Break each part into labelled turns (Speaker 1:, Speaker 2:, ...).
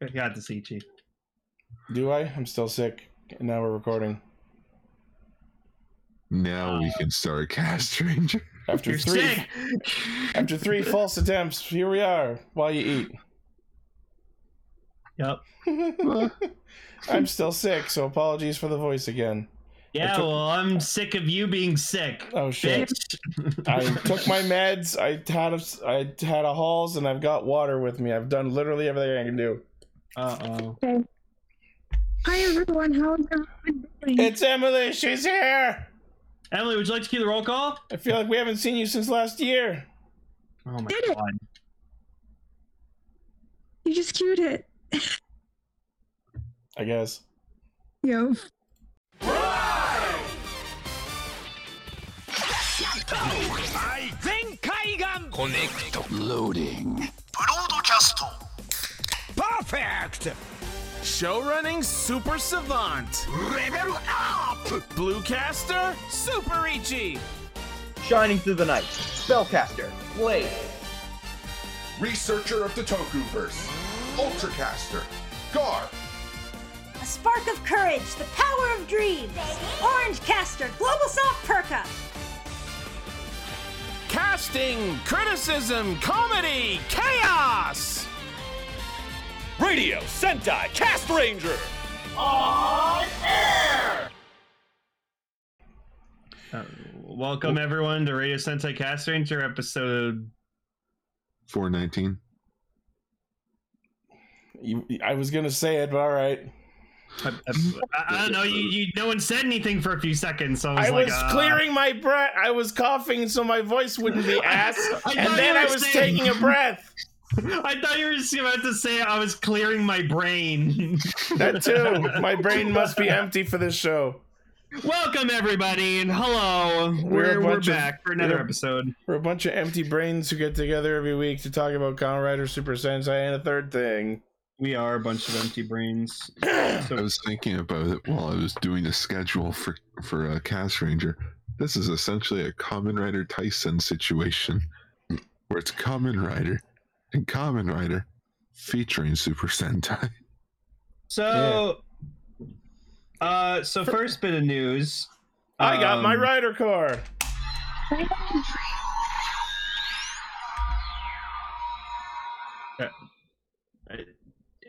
Speaker 1: Good God, to see you.
Speaker 2: Do I? I'm still sick. And now we're recording.
Speaker 3: Now we can start cast ranger.
Speaker 2: After
Speaker 1: You're
Speaker 2: three,
Speaker 1: sick.
Speaker 2: after three false attempts, here we are. While you
Speaker 1: Yep.
Speaker 2: eat, I'm still sick, so apologies for the voice again.
Speaker 1: Yeah.
Speaker 2: took-
Speaker 1: Well, I'm sick of you being sick.
Speaker 2: Oh shit!
Speaker 1: Bitch.
Speaker 2: I took my meds. I had a, I had a halls, and I've got water with me. I've done literally everything I can do.
Speaker 1: Uh oh.
Speaker 4: Hi everyone, how is everyone doing?
Speaker 2: It's Emily. She's here.
Speaker 1: Emily, would you like to cue the roll call?
Speaker 2: I feel like we haven't seen you since last year.
Speaker 1: Oh my
Speaker 4: Did it.
Speaker 1: God.
Speaker 4: you just cued it.
Speaker 2: I guess.
Speaker 4: Yo.
Speaker 5: Perfect! Show running super savant. Level up! Bluecaster super Ichi.
Speaker 6: Shining Through the Night, Spellcaster, Blade,
Speaker 7: Researcher of the Tokuverse, Ultracaster, Gar,
Speaker 8: A Spark of Courage, The Power of Dreams, Orange Caster, Global Soft Perka,
Speaker 5: Casting, criticism, comedy, chaos. Radio Sentai Cast Ranger.
Speaker 1: Uh, welcome everyone to Radio Sentai Cast Ranger episode.
Speaker 3: 419.
Speaker 2: You, I was gonna say it, but all right.
Speaker 1: I, I- I don't know. You, you, no one said anything for a few seconds, so I was
Speaker 2: I
Speaker 1: like,
Speaker 2: was
Speaker 1: uh,
Speaker 2: clearing my breath. I was coughing so my voice wouldn't be ass.
Speaker 1: I thought
Speaker 2: and then
Speaker 1: you
Speaker 2: I
Speaker 1: were
Speaker 2: was
Speaker 1: saying-
Speaker 2: taking a breath.
Speaker 1: I thought you were just about to say I was clearing my brain.
Speaker 2: That too. My brain must be empty for this show.
Speaker 1: Welcome everybody, and hello.
Speaker 2: We're
Speaker 1: We're
Speaker 2: a
Speaker 1: we're
Speaker 2: bunch of-
Speaker 1: back for another
Speaker 2: we're-
Speaker 1: episode.
Speaker 2: We're a bunch of empty brains who get together every week to talk about Kamen Rider, Super Sentai, and a third thing.
Speaker 1: We are a bunch of empty brains.
Speaker 3: I
Speaker 1: So
Speaker 3: was thinking about it while I was doing a schedule for for uh, Cast Ranger. This is essentially a Common Rider Tyson situation, where it's Common Rider and Common Rider featuring Super Sentai.
Speaker 1: So, uh, so first bit of news.
Speaker 2: I got my
Speaker 1: um,
Speaker 2: rider car.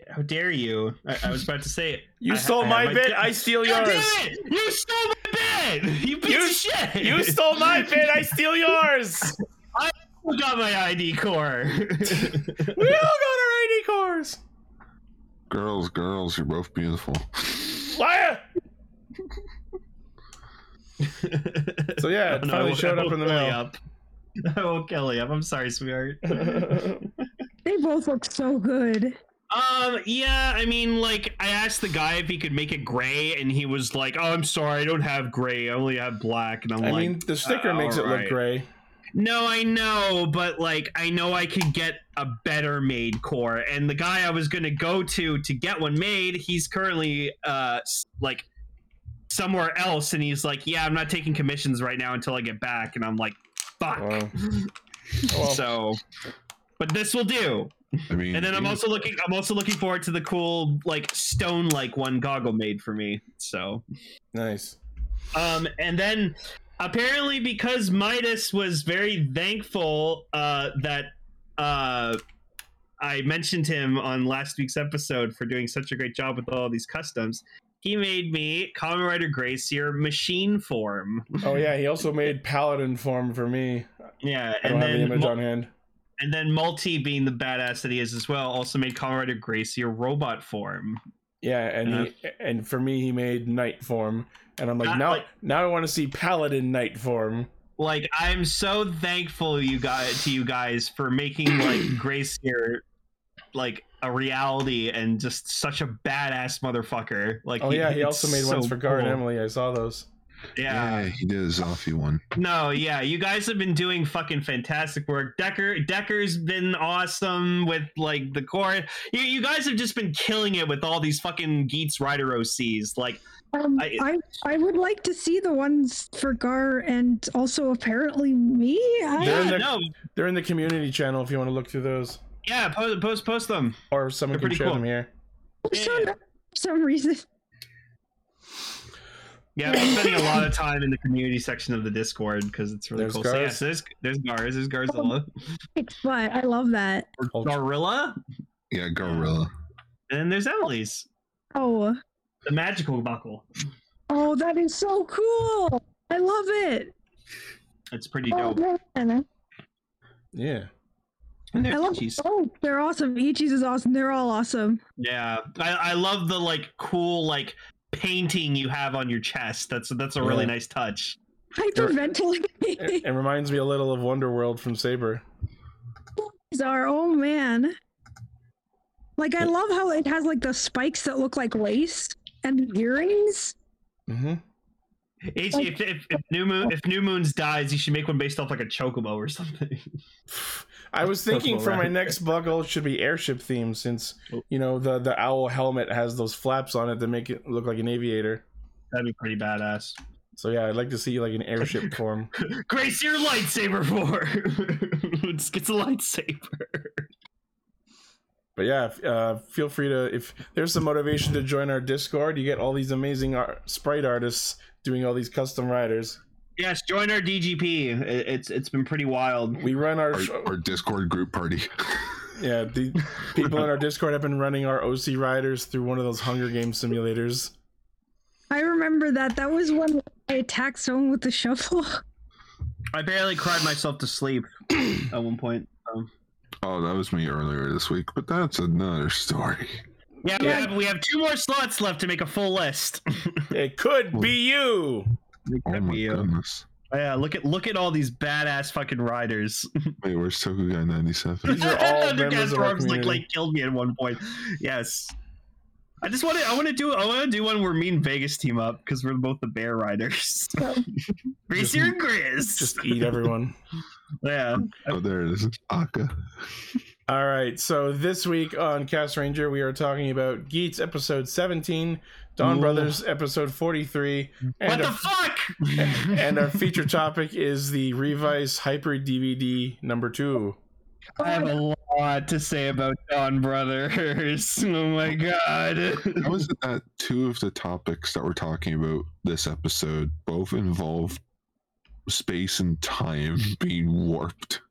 Speaker 1: How dare you? I, I was about to say
Speaker 2: You
Speaker 1: I-
Speaker 2: stole
Speaker 1: I have
Speaker 2: my bit. I
Speaker 1: God
Speaker 2: steal
Speaker 1: damn
Speaker 2: yours.
Speaker 1: it! You stole my bit. You piece
Speaker 2: You
Speaker 1: of
Speaker 2: s-
Speaker 1: shit.
Speaker 2: You stole my bit. I steal yours.
Speaker 1: You got my ID core.
Speaker 2: We all got our ID cars.
Speaker 3: Girls, girls, you're both beautiful.
Speaker 2: Liar. So yeah, it
Speaker 1: No,
Speaker 2: finally showed
Speaker 1: I
Speaker 2: up in the
Speaker 1: woke Kelly
Speaker 2: mail.
Speaker 1: Up. I woke Kelly up. I'm sorry, sweetheart.
Speaker 4: They both look so good.
Speaker 1: Um, yeah, I mean, like, I asked the guy if he could make it gray, and he was like, "Oh, I'm sorry, I don't have gray. I only have black." And I'm
Speaker 2: I
Speaker 1: like,
Speaker 2: mean, the sticker
Speaker 1: uh,
Speaker 2: makes it look
Speaker 1: alright.
Speaker 2: gray.
Speaker 1: "No, I know, but like, I know I could get a better made core." And the guy I was gonna go to to get one made, he's currently uh, s- like somewhere else, and he's like, "Yeah, I'm not taking commissions right now until I get back." And I'm like, "Fuck."
Speaker 2: Wow. Oh, Well,
Speaker 1: So, but this will do.
Speaker 3: I mean,
Speaker 1: And then I'm
Speaker 3: you-
Speaker 1: also looking. I'm also looking forward to the cool, like stone-like one goggle made for me. So,
Speaker 2: nice.
Speaker 1: um, and then apparently because Midas was very thankful uh, that uh, I mentioned him on last week's episode for doing such a great job with all these customs, he made me Kamen Rider Grace your machine form.
Speaker 2: Oh yeah, he also made paladin form for me.
Speaker 1: Yeah,
Speaker 2: I
Speaker 1: and
Speaker 2: don't have the
Speaker 1: then
Speaker 2: image
Speaker 1: mul-
Speaker 2: on hand.
Speaker 1: and then Multi being the badass that he is as well also made Kamen Rider Grace your robot form.
Speaker 2: Yeah, and he, and for me, he made night form, and I'm like,
Speaker 1: Uh-huh. Not
Speaker 2: now
Speaker 1: like-
Speaker 2: now I want to see paladin night form.
Speaker 1: like I'm so thankful you guys to you guys for making like Grace here like a reality and just such a badass motherfucker. Like
Speaker 2: Oh yeah, he
Speaker 1: it's
Speaker 2: also made ones
Speaker 1: so
Speaker 2: for Gar and
Speaker 1: cool.
Speaker 2: Emily. I saw those.
Speaker 1: Yeah.
Speaker 3: yeah, he did a Zoffy one.
Speaker 1: No, yeah, you guys have been doing fucking fantastic work. Decker Decker's been awesome with like the core. You, you guys have just been killing it with all these fucking Geats Rider OCs. Like
Speaker 4: Um,
Speaker 1: I-
Speaker 4: I, I would like to see the ones for Gar and also apparently me. I,
Speaker 2: They're in
Speaker 1: yeah,
Speaker 2: the-
Speaker 1: no,
Speaker 2: They're in the community channel if you want to look through those,
Speaker 1: yeah, post post post them.
Speaker 2: or
Speaker 1: They're
Speaker 2: someone can
Speaker 1: pretty
Speaker 2: share
Speaker 1: cool.
Speaker 2: them here.
Speaker 4: so no- for some reason.
Speaker 1: Yeah, I'm spending a lot of time in the community section of the Discord because it's really
Speaker 2: There's
Speaker 1: cool. So
Speaker 2: Garz.
Speaker 1: yes, there's there's Garz, there's
Speaker 4: Oh,
Speaker 1: Garzilla,
Speaker 4: It's fun. I love that.
Speaker 2: Oh,
Speaker 1: or Gorilla,
Speaker 3: Yeah, gorilla.
Speaker 1: and then there's Emily's,
Speaker 4: Oh,
Speaker 1: the magical buckle.
Speaker 4: oh, that is so cool. I love it.
Speaker 1: It's pretty
Speaker 4: Oh,
Speaker 1: dope.
Speaker 4: man.
Speaker 2: Yeah.
Speaker 1: And
Speaker 4: I
Speaker 1: there's
Speaker 4: love.
Speaker 1: Ichi's.
Speaker 4: Oh, they're awesome. Ichi's is awesome. They're all awesome.
Speaker 1: Yeah, I, I love the like cool like painting you have on your chest. That's that's a really
Speaker 2: Yeah.
Speaker 1: nice touch.
Speaker 2: It,
Speaker 4: Hyperventilating.
Speaker 2: it reminds me a little of Wonderworld from Saber.
Speaker 4: These are oh man. Like I love how it has like the spikes that look like lace and earrings.
Speaker 2: Mm-hmm.
Speaker 1: Ichi, if, if, if New Moon if New Moon's dies, you should make one based off like a chocobo or something.
Speaker 2: I was thinking
Speaker 1: Purple
Speaker 2: for my
Speaker 1: rabbit.
Speaker 2: next buckle should be airship theme since
Speaker 1: Oh.
Speaker 2: you know the the owl helmet has those flaps on it that make it look like an aviator.
Speaker 1: That'd be pretty badass.
Speaker 2: So yeah, I'd like to see like an airship form.
Speaker 1: Grace your lightsaber for. Just gets a lightsaber.
Speaker 2: But yeah, f- uh, feel free to if there's some motivation to join our Discord. You get all these amazing art, sprite artists doing all these custom riders.
Speaker 1: Yes, join our DGP. It- It's it's been pretty wild.
Speaker 2: We run our
Speaker 3: Or,
Speaker 2: sh-
Speaker 3: or Discord group party.
Speaker 2: yeah. The people in our Discord have been running our OC riders through one of those Hunger Game simulators.
Speaker 4: I remember that. That was when I attacked someone with the shovel.
Speaker 1: I barely cried myself to sleep at one point. Um,
Speaker 3: Oh, that was me earlier this week, but that's another story.
Speaker 1: yeah, we have, we have two more slots left to make a full list.
Speaker 2: It could be you.
Speaker 3: Oh my
Speaker 1: you.
Speaker 3: goodness.
Speaker 1: Oh, yeah, look at look at all these badass fucking riders.
Speaker 3: Wait, where's Tokugai 97?
Speaker 2: These are all
Speaker 1: Undercast
Speaker 2: members of
Speaker 1: Dwarves,
Speaker 2: our
Speaker 1: like,
Speaker 2: community.
Speaker 1: like killed me at one point. Yes. I just want to. I want to do. I want to do one where me and Vegas team up because we're both the bear riders. Racer and Grizz.
Speaker 2: Just eat everyone.
Speaker 1: yeah.
Speaker 3: Oh, there it is. It's Akka.
Speaker 2: All right, so this week on Cast Ranger, we are talking about Geats episode 17, Dawn
Speaker 1: Ooh.
Speaker 2: Brothers episode 43,
Speaker 1: What
Speaker 2: and,
Speaker 1: the
Speaker 2: our,
Speaker 1: fuck?
Speaker 2: and our feature topic is the Revice Hyper DVD number two.
Speaker 1: I have a lot to say about Dawn Brothers. Oh my god.
Speaker 3: How is it that two of the topics that we're talking about this episode both involve space and time being warped?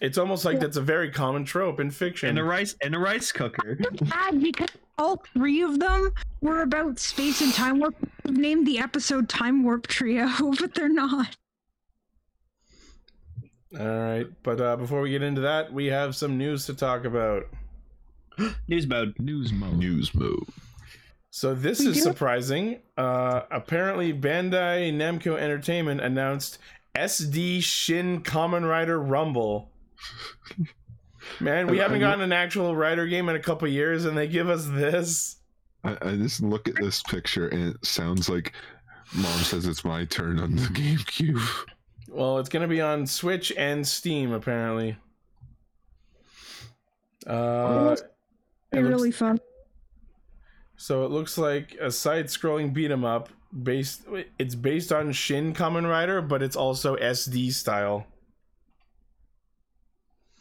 Speaker 2: It's almost like that's a very common trope in fiction.
Speaker 1: And a rice and a rice cooker.
Speaker 4: Bad because all three of them were about space and time warp. I've named the episode Time Warp Trio, but they're not.
Speaker 2: All right, but uh, before we get into that, we have some news to talk about.
Speaker 1: News mode.
Speaker 9: News mode.
Speaker 3: News move.
Speaker 2: So this
Speaker 4: We
Speaker 2: is
Speaker 4: do-
Speaker 2: surprising. Uh, apparently, Bandai Namco Entertainment announced SD Shin Kamen Rider Rumble. Man, we
Speaker 3: I-
Speaker 2: haven't
Speaker 3: I-
Speaker 2: gotten an actual rider game in a couple years, and they give us this.
Speaker 3: I, I just look at this picture and it sounds like mom says it's my turn on the GameCube.
Speaker 2: Well, it's gonna be on Switch and Steam apparently. Uh, it
Speaker 4: They're
Speaker 2: looks-
Speaker 4: really fun.
Speaker 2: So it looks like a side-scrolling beat 'em up based. It's based on Shin Kamen Rider, but it's also SD style.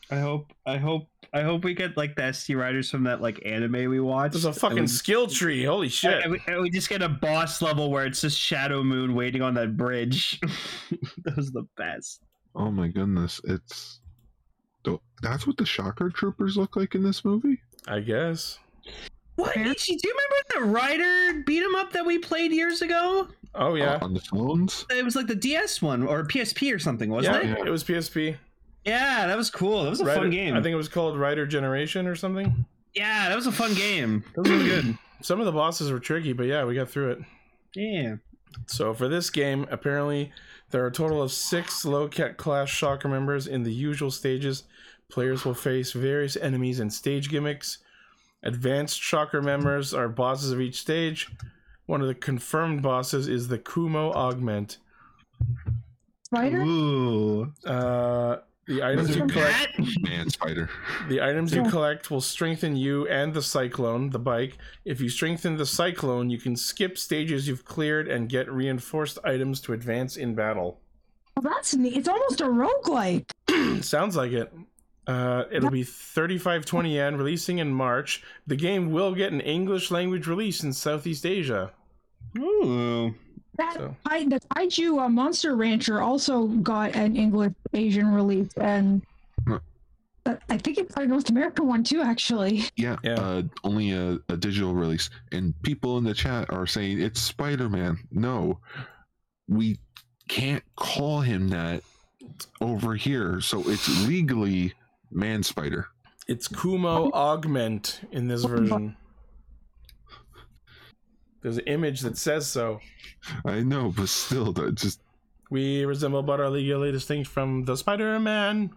Speaker 1: I hope I hope I hope we get like the SD riders from that like anime we watched.
Speaker 2: There's a
Speaker 1: And
Speaker 2: fucking
Speaker 1: we-
Speaker 2: skill tree. Holy shit!
Speaker 1: And we, and we just get a boss level where it's just Shadow Moon waiting on that bridge. that was the best.
Speaker 3: Oh my goodness, it's. Th- That's what the Shocker Troopers look like in this movie?
Speaker 2: I guess.
Speaker 1: What?
Speaker 4: Yeah.
Speaker 1: Ichi, do you remember that rider beat 'em up that we played years ago?
Speaker 2: Oh yeah.
Speaker 3: On the phones?
Speaker 1: It was like the DS one or PSP or something, wasn't
Speaker 2: yeah,
Speaker 1: it?
Speaker 2: it was PSP.
Speaker 1: Yeah, that was cool. That was a
Speaker 2: Rider-
Speaker 1: fun game.
Speaker 2: I think it was called Rider Generation or something.
Speaker 1: Yeah, that was a fun game.
Speaker 2: Those were good. Some of the bosses were tricky, but yeah, we got through it.
Speaker 1: Yeah.
Speaker 2: So for this game, apparently there are a total of six low cat class shocker members in the usual stages. Players will face various enemies and stage gimmicks. Advanced shocker members are bosses of each stage. One of the confirmed bosses is the Kumo Augment.
Speaker 4: Spider?
Speaker 1: Ooh.
Speaker 2: Uh, the items you collect
Speaker 3: Man Spider.
Speaker 2: The items you
Speaker 4: Yeah.
Speaker 2: collect will strengthen you and the cyclone, the bike. If you strengthen the cyclone, you can skip stages you've cleared and get reinforced items to advance in battle.
Speaker 4: Well, that's neat. It's almost a roguelike.
Speaker 2: Sounds like it. Uh, it'll be 3520 yen, releasing in March. The game will get an English language release in Southeast Asia.
Speaker 1: Ooh.
Speaker 4: That
Speaker 2: So-
Speaker 4: I, the Kaiju uh, Monster Rancher also got an English Asian release, and
Speaker 3: Huh.
Speaker 4: uh, I think it's a North American one too, actually.
Speaker 3: Yeah,
Speaker 2: Yeah.
Speaker 3: Uh, only a, a digital release. And people in the chat are saying it's Spider Man. No, we can't call him that over here. So it's legally Man Spider.
Speaker 2: It's Kumo Augment in this version. There's an image that says so.
Speaker 3: I know, but still, though, it's just
Speaker 2: We resemble but are legally distinct from the Spider Man.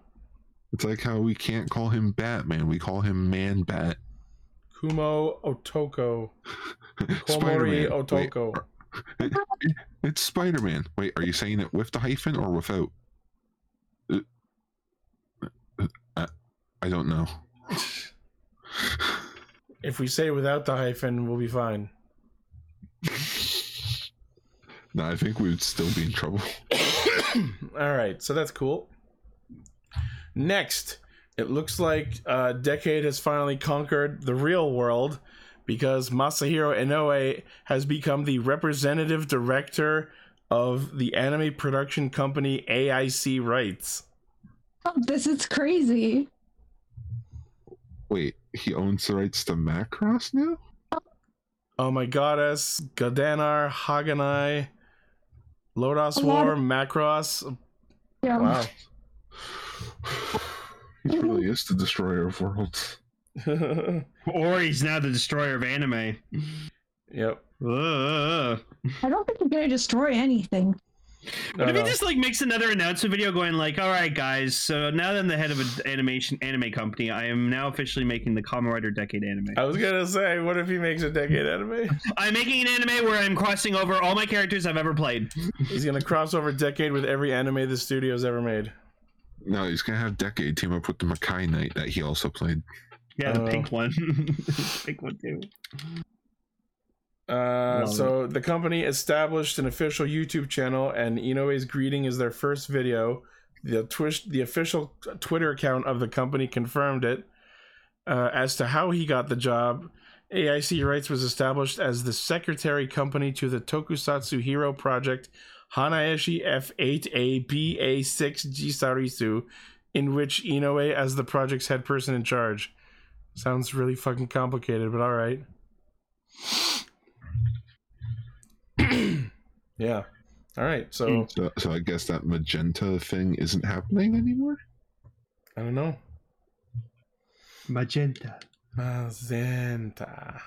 Speaker 3: it's like how we can't call him Batman. We call him Man Bat.
Speaker 2: Kumo Otoko.
Speaker 3: Spider-Man.
Speaker 2: Komori
Speaker 3: Wait,
Speaker 2: Otoko.
Speaker 3: It's Spider Man. Wait, are you saying it with the hyphen or without? Uh, uh, I, I don't know.
Speaker 2: If we say without the hyphen, we'll be fine.
Speaker 3: No, I think we would still be in trouble.
Speaker 2: All right, so that's cool. Next, it looks like uh, Decade has finally conquered the real world because Masahiro Inoue has become the representative director of the anime production company AIC Rights.
Speaker 4: Oh, this is crazy.
Speaker 3: Wait, he owns the rights to Macross now?
Speaker 2: Oh my goddess, Gadanar, Haganai, Lodos
Speaker 1: Oh
Speaker 4: A lot
Speaker 2: War,
Speaker 4: of-
Speaker 2: Macross.
Speaker 4: Yeah.
Speaker 2: Wow.
Speaker 3: He really is the destroyer of worlds.
Speaker 1: Or he's now the destroyer of anime.
Speaker 2: yep.
Speaker 1: Ugh.
Speaker 4: I don't think you're gonna destroy anything.
Speaker 2: No,
Speaker 1: What if he
Speaker 2: no.
Speaker 1: just like makes another announcement video going like, "All right, guys, so now that I'm the head of an animation anime company, I am now officially making the Kamen Rider Decade anime.
Speaker 2: I was gonna say, what if he makes a decade anime?
Speaker 1: I'm making an anime where I'm crossing over all my characters I've ever played.
Speaker 2: He's gonna cross over decade with every anime the studio's ever made.
Speaker 3: No, he's gonna have Decade team up with the Makai Knight that he also played.
Speaker 1: Yeah, the
Speaker 2: Oh.
Speaker 1: pink one, pink one too.
Speaker 2: Uh, so the company established an official YouTube channel, and Inoue's greeting is their first video. The twish, the official Twitter account of the company confirmed it. Uh, as to how he got the job, AIC Rights was established as the secretary company to the Tokusatsu Hero Project Hanaeshi F8ABA6 Jisarisu, in which Inoue as the project's head person in charge. Sounds really fucking complicated, but all right. yeah. All right. So
Speaker 3: So, so I guess that magenta thing isn't happening anymore?
Speaker 2: I don't know.
Speaker 1: Magenta.
Speaker 2: Mazenta.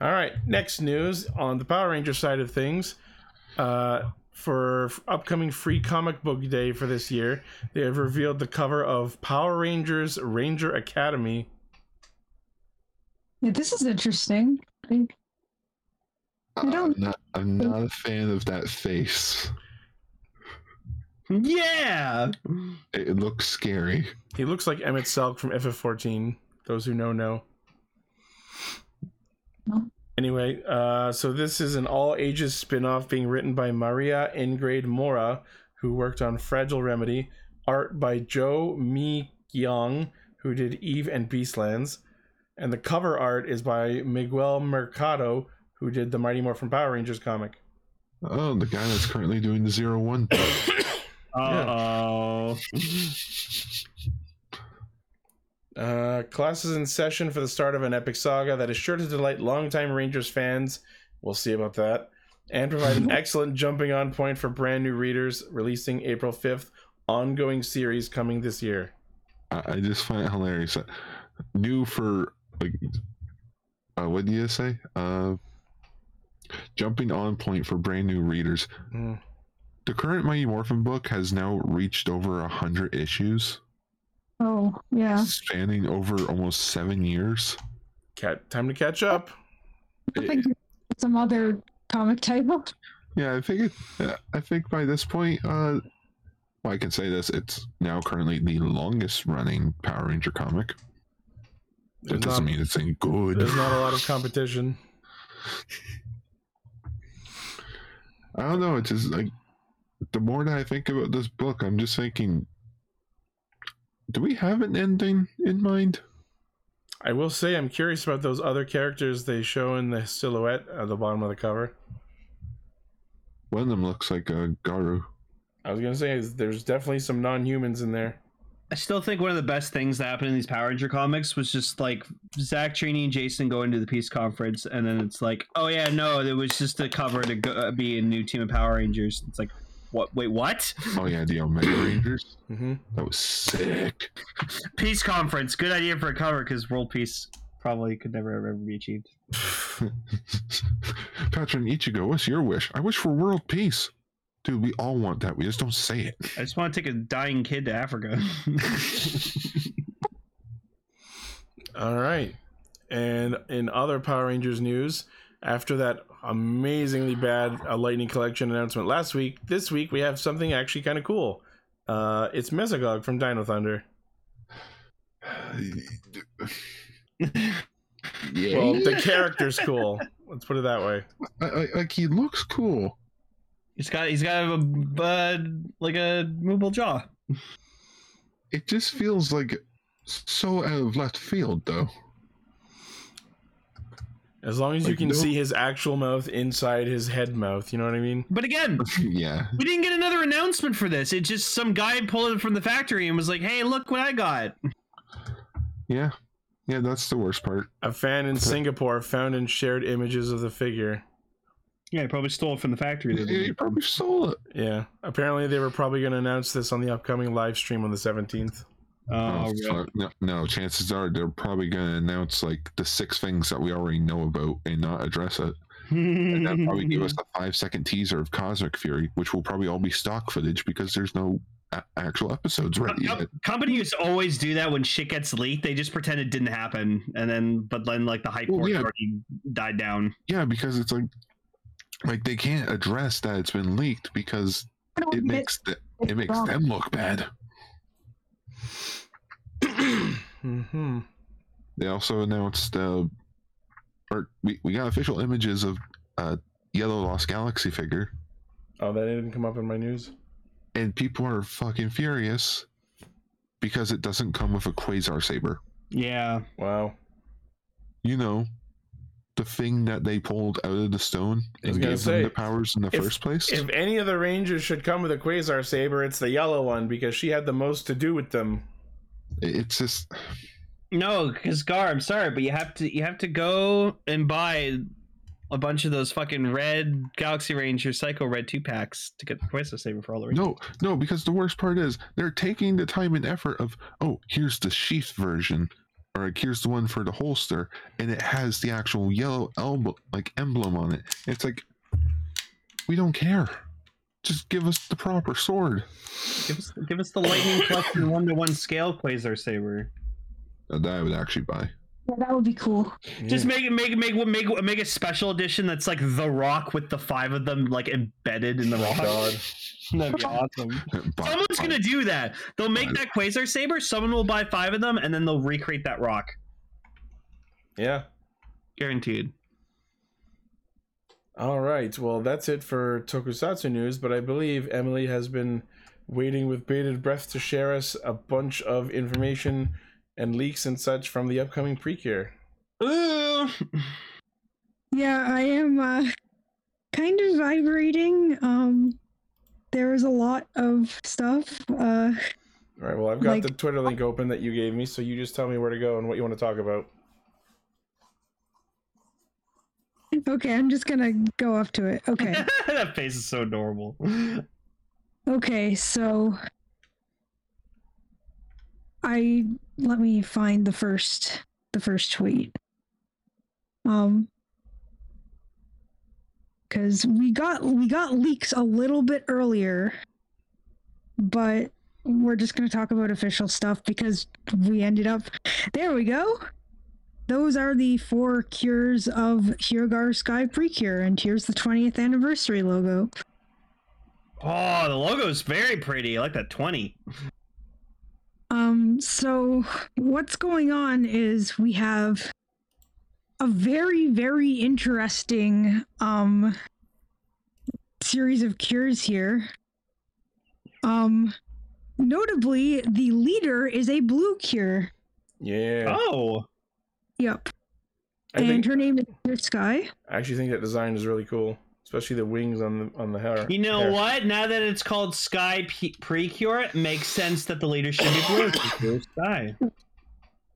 Speaker 2: All right. Next news on the Power Ranger side of things. Uh, for f- upcoming free comic book day for this year, they have revealed the cover of Power Rangers Ranger Academy.
Speaker 4: Yeah, this is interesting. I- I
Speaker 3: I'm
Speaker 4: don't-
Speaker 3: not, I'm not a fan of that face.
Speaker 1: Yeah.
Speaker 3: It, it looks scary.
Speaker 2: He looks like Emmett Selk from FF14. Those who know know.
Speaker 4: No.
Speaker 2: Anyway, uh, so this is an all ages spin off being written by Maria Ingrade Mora, who worked on Fragile Remedy, art by Joe Mi Young, who did Eve and Beastlands, and the cover art is by Miguel Mercado, who did the Mighty Morphin Power Rangers comic.
Speaker 3: Oh, the guy that's currently doing the zero one.
Speaker 1: Uh oh.
Speaker 2: Uh, class is in session for the start of an epic saga that is sure to delight longtime Rangers fans. We'll see about that. And provide an excellent jumping on point for brand new readers, releasing April 5th, ongoing series coming this year.
Speaker 3: I, I just find it hilarious. that New for like, uh, what do you say? Uh, jumping on point for brand new readers.
Speaker 2: Hmm.
Speaker 3: The current Mighty Morphin book has now reached over a hundred issues,
Speaker 4: Oh, yeah.
Speaker 3: spanning over almost seven years.
Speaker 2: Cat, time to catch up.
Speaker 4: I think some other comic title.
Speaker 3: Yeah, I think it, I think by this point, uh, well, I can say this: it's now currently the longest-running Power Ranger comic.
Speaker 2: There's
Speaker 3: that doesn't
Speaker 2: not-
Speaker 3: mean it's any good.
Speaker 2: There's not a lot of competition.
Speaker 3: I don't know. It's just like the more that I think about this book, I'm just thinking Do we have an ending in mind?
Speaker 2: I will say I'm curious about those other characters they show in the silhouette at the bottom of the cover.
Speaker 3: One of them looks like a Garu.
Speaker 2: I was gonna say is there's definitely some non-humans in there.
Speaker 1: I still think one of the best things that happened in these Power Ranger comics was just like Zach Trini and Jason go into the peace conference, and then it's like, oh yeah, no, it was just a cover to go, uh, be a new team of Power Rangers. It's like, what? Wait, what?
Speaker 3: Oh yeah, the Omega Rangers.
Speaker 2: Mm-hmm.
Speaker 3: That was sick.
Speaker 1: Peace conference. Good idea for a cover because world peace probably could never ever be achieved.
Speaker 3: Patron Ichigo, what's your wish? I wish for world peace. Dude, we all want that. We just don't say it.
Speaker 1: I just want to take a dying kid to Africa.
Speaker 2: All right. And in other Power Rangers news, after that amazingly bad uh, Lightning Collection announcement last week, this week we have something actually kind of cool. Uh, it's Mesogog from Dino Thunder.
Speaker 3: yeah.
Speaker 2: Well, the character's cool. Let's put it that way.
Speaker 3: I, I, like he looks cool.
Speaker 1: He's got he's got a uh, like a movable jaw.
Speaker 3: It just feels like so out of left field, though.
Speaker 2: As long as you
Speaker 3: Like,
Speaker 2: can
Speaker 3: no-
Speaker 2: see his actual mouth inside his head mouth, you know what I mean?
Speaker 1: But again,
Speaker 3: yeah.
Speaker 1: we didn't get another announcement for this. It's just some guy pulled it from the factory and was like, "Hey, look what I got."
Speaker 3: Yeah. Yeah, that's the worst part.
Speaker 2: A fan in Singapore found and shared images of the figure.
Speaker 1: Yeah, he probably stole it from the factory.
Speaker 3: Yeah, You probably stole it.
Speaker 2: Yeah. Apparently, they were probably going to announce this on the upcoming live stream on the 17th.
Speaker 3: Mm-hmm.
Speaker 1: Oh, rip.
Speaker 3: fuck. No, no, chances are they're probably going to announce like the six things that we already know about and not address it. And that'll probably give us a five second teaser of Cosmic Fury, which will probably all be stock footage because there's no a- actual episodes ready
Speaker 1: Com-
Speaker 3: yet.
Speaker 1: companies always do that when shit gets leaked. They just pretend it didn't happen, and then but then like the hype
Speaker 3: Well,
Speaker 1: for it
Speaker 3: yeah.
Speaker 1: already died down.
Speaker 3: Yeah, because it's like like they can't address that it's been leaked because
Speaker 4: I don't
Speaker 3: it
Speaker 4: get-
Speaker 3: makes the, it makes
Speaker 4: wrong.
Speaker 3: them look bad.
Speaker 2: hmm
Speaker 3: They also announced uh, or we, we got official images of uh yellow Lost Galaxy figure
Speaker 2: Oh, that didn't come up in my news.
Speaker 3: and people are fucking furious because it doesn't come with a quasar saber.
Speaker 1: Yeah,
Speaker 2: Wow.
Speaker 3: You know, the thing that they pulled out of the stone
Speaker 2: I was
Speaker 3: and
Speaker 2: gonna
Speaker 3: gave
Speaker 2: say,
Speaker 3: them the powers in the
Speaker 2: if-
Speaker 3: first place.
Speaker 2: If any of the Rangers should come with a Quasar Saber, it's the yellow one because she had the most to do with them.
Speaker 3: it's just
Speaker 1: no, because Gar, I'm sorry, but you have to you have to go and buy a bunch of those fucking red Galaxy Ranger Psycho Red two packs to get the Quasar Saber for all the Rangers.
Speaker 3: no, no, because the worst part is they're taking the time and effort of oh, here's the sheath version, or like, here's the one for the holster, and it has the actual yellow elbow like emblem on it. It's like we don't care. Just give us the proper sword.
Speaker 1: Give us give us the lightning collection one to one scale Quasar Saber.
Speaker 3: Uh, That I would actually buy.
Speaker 4: Yeah, that would be cool.
Speaker 1: Just make it make it make make make a special edition that's like the Rock with the five of them like embedded
Speaker 2: Mm, Oh
Speaker 1: in the rock. That'd be awesome.
Speaker 3: Buy-
Speaker 1: Someone's
Speaker 3: buy-
Speaker 1: gonna do that. They'll make
Speaker 3: Fine.
Speaker 1: that quasar saber. Someone will buy five of them, and then they'll recreate that rock.
Speaker 2: Yeah.
Speaker 1: Guaranteed.
Speaker 2: All right. Well, that's it for Tokusatsu news, but I believe Emily has been waiting with bated breath to share us a bunch of information and leaks and such from the upcoming Precure.
Speaker 1: Ooh.
Speaker 4: Yeah, I am uh, kind of vibrating. Um, there was a lot of stuff. Uh,
Speaker 2: All right. Well, I've got
Speaker 4: Like-
Speaker 2: the Twitter link open that you gave me, so you just tell me where to go and what you want to talk about.
Speaker 4: okay, I'm just gonna go up to it. Okay.
Speaker 1: that face is so adorable.
Speaker 4: Okay, so I let me find the first the first tweet. Um cuz we got we got leaks a little bit earlier, but we're just going to talk about official stuff because we ended up There we go. Those are the four cures of Hyogar Sky Precure and here's the 20th anniversary logo.
Speaker 1: Oh, the logo's very pretty. I like that twenty.
Speaker 4: Um, so what's going on is we have a very, very interesting um series of cures here. Um Notably, the leader is a blue cure.
Speaker 2: Yeah.
Speaker 1: Oh,
Speaker 4: Yep.
Speaker 2: I
Speaker 4: and
Speaker 2: think
Speaker 4: her name is Clear Sky.
Speaker 2: I actually think that design is really cool, especially the wings on the on the hair.
Speaker 1: you know
Speaker 2: hair.
Speaker 1: what? Now that it's called Sky P- Precure, it makes sense that the leader should be blue. Blue Sky.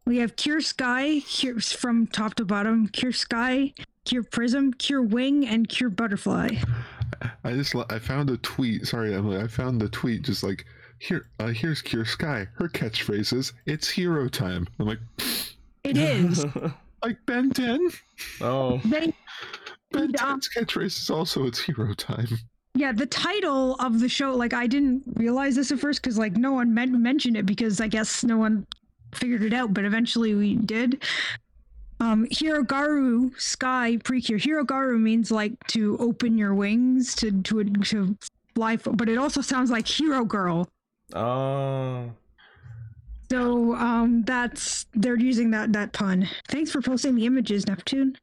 Speaker 4: We have Cure Sky Cure from top to bottom. Cure Sky, Cure Prism, Cure Wing, and Cure Butterfly.
Speaker 3: I just lo- I found a tweet. Sorry, Emily. I found the tweet just like here. Uh, here's Kier Sky. Her catchphrase is "It's hero time." I'm like,
Speaker 4: It is.
Speaker 3: like Ben Ten.
Speaker 2: Oh,
Speaker 4: they,
Speaker 3: Ben
Speaker 4: Yeah.
Speaker 3: 10's catchphrase is also "It's hero time."
Speaker 4: yeah, the title of the show. Like I didn't realize this at first because like no one men- mentioned it because I guess no one figured it out. But eventually we did. Um, Hirogaru Sky Precure. Hirogaru means like to open your wings to to to fly, fo- but it also sounds like Hero Girl.
Speaker 2: Oh.
Speaker 4: So um that's they're using that that pun. Thanks for posting the images, Neptune.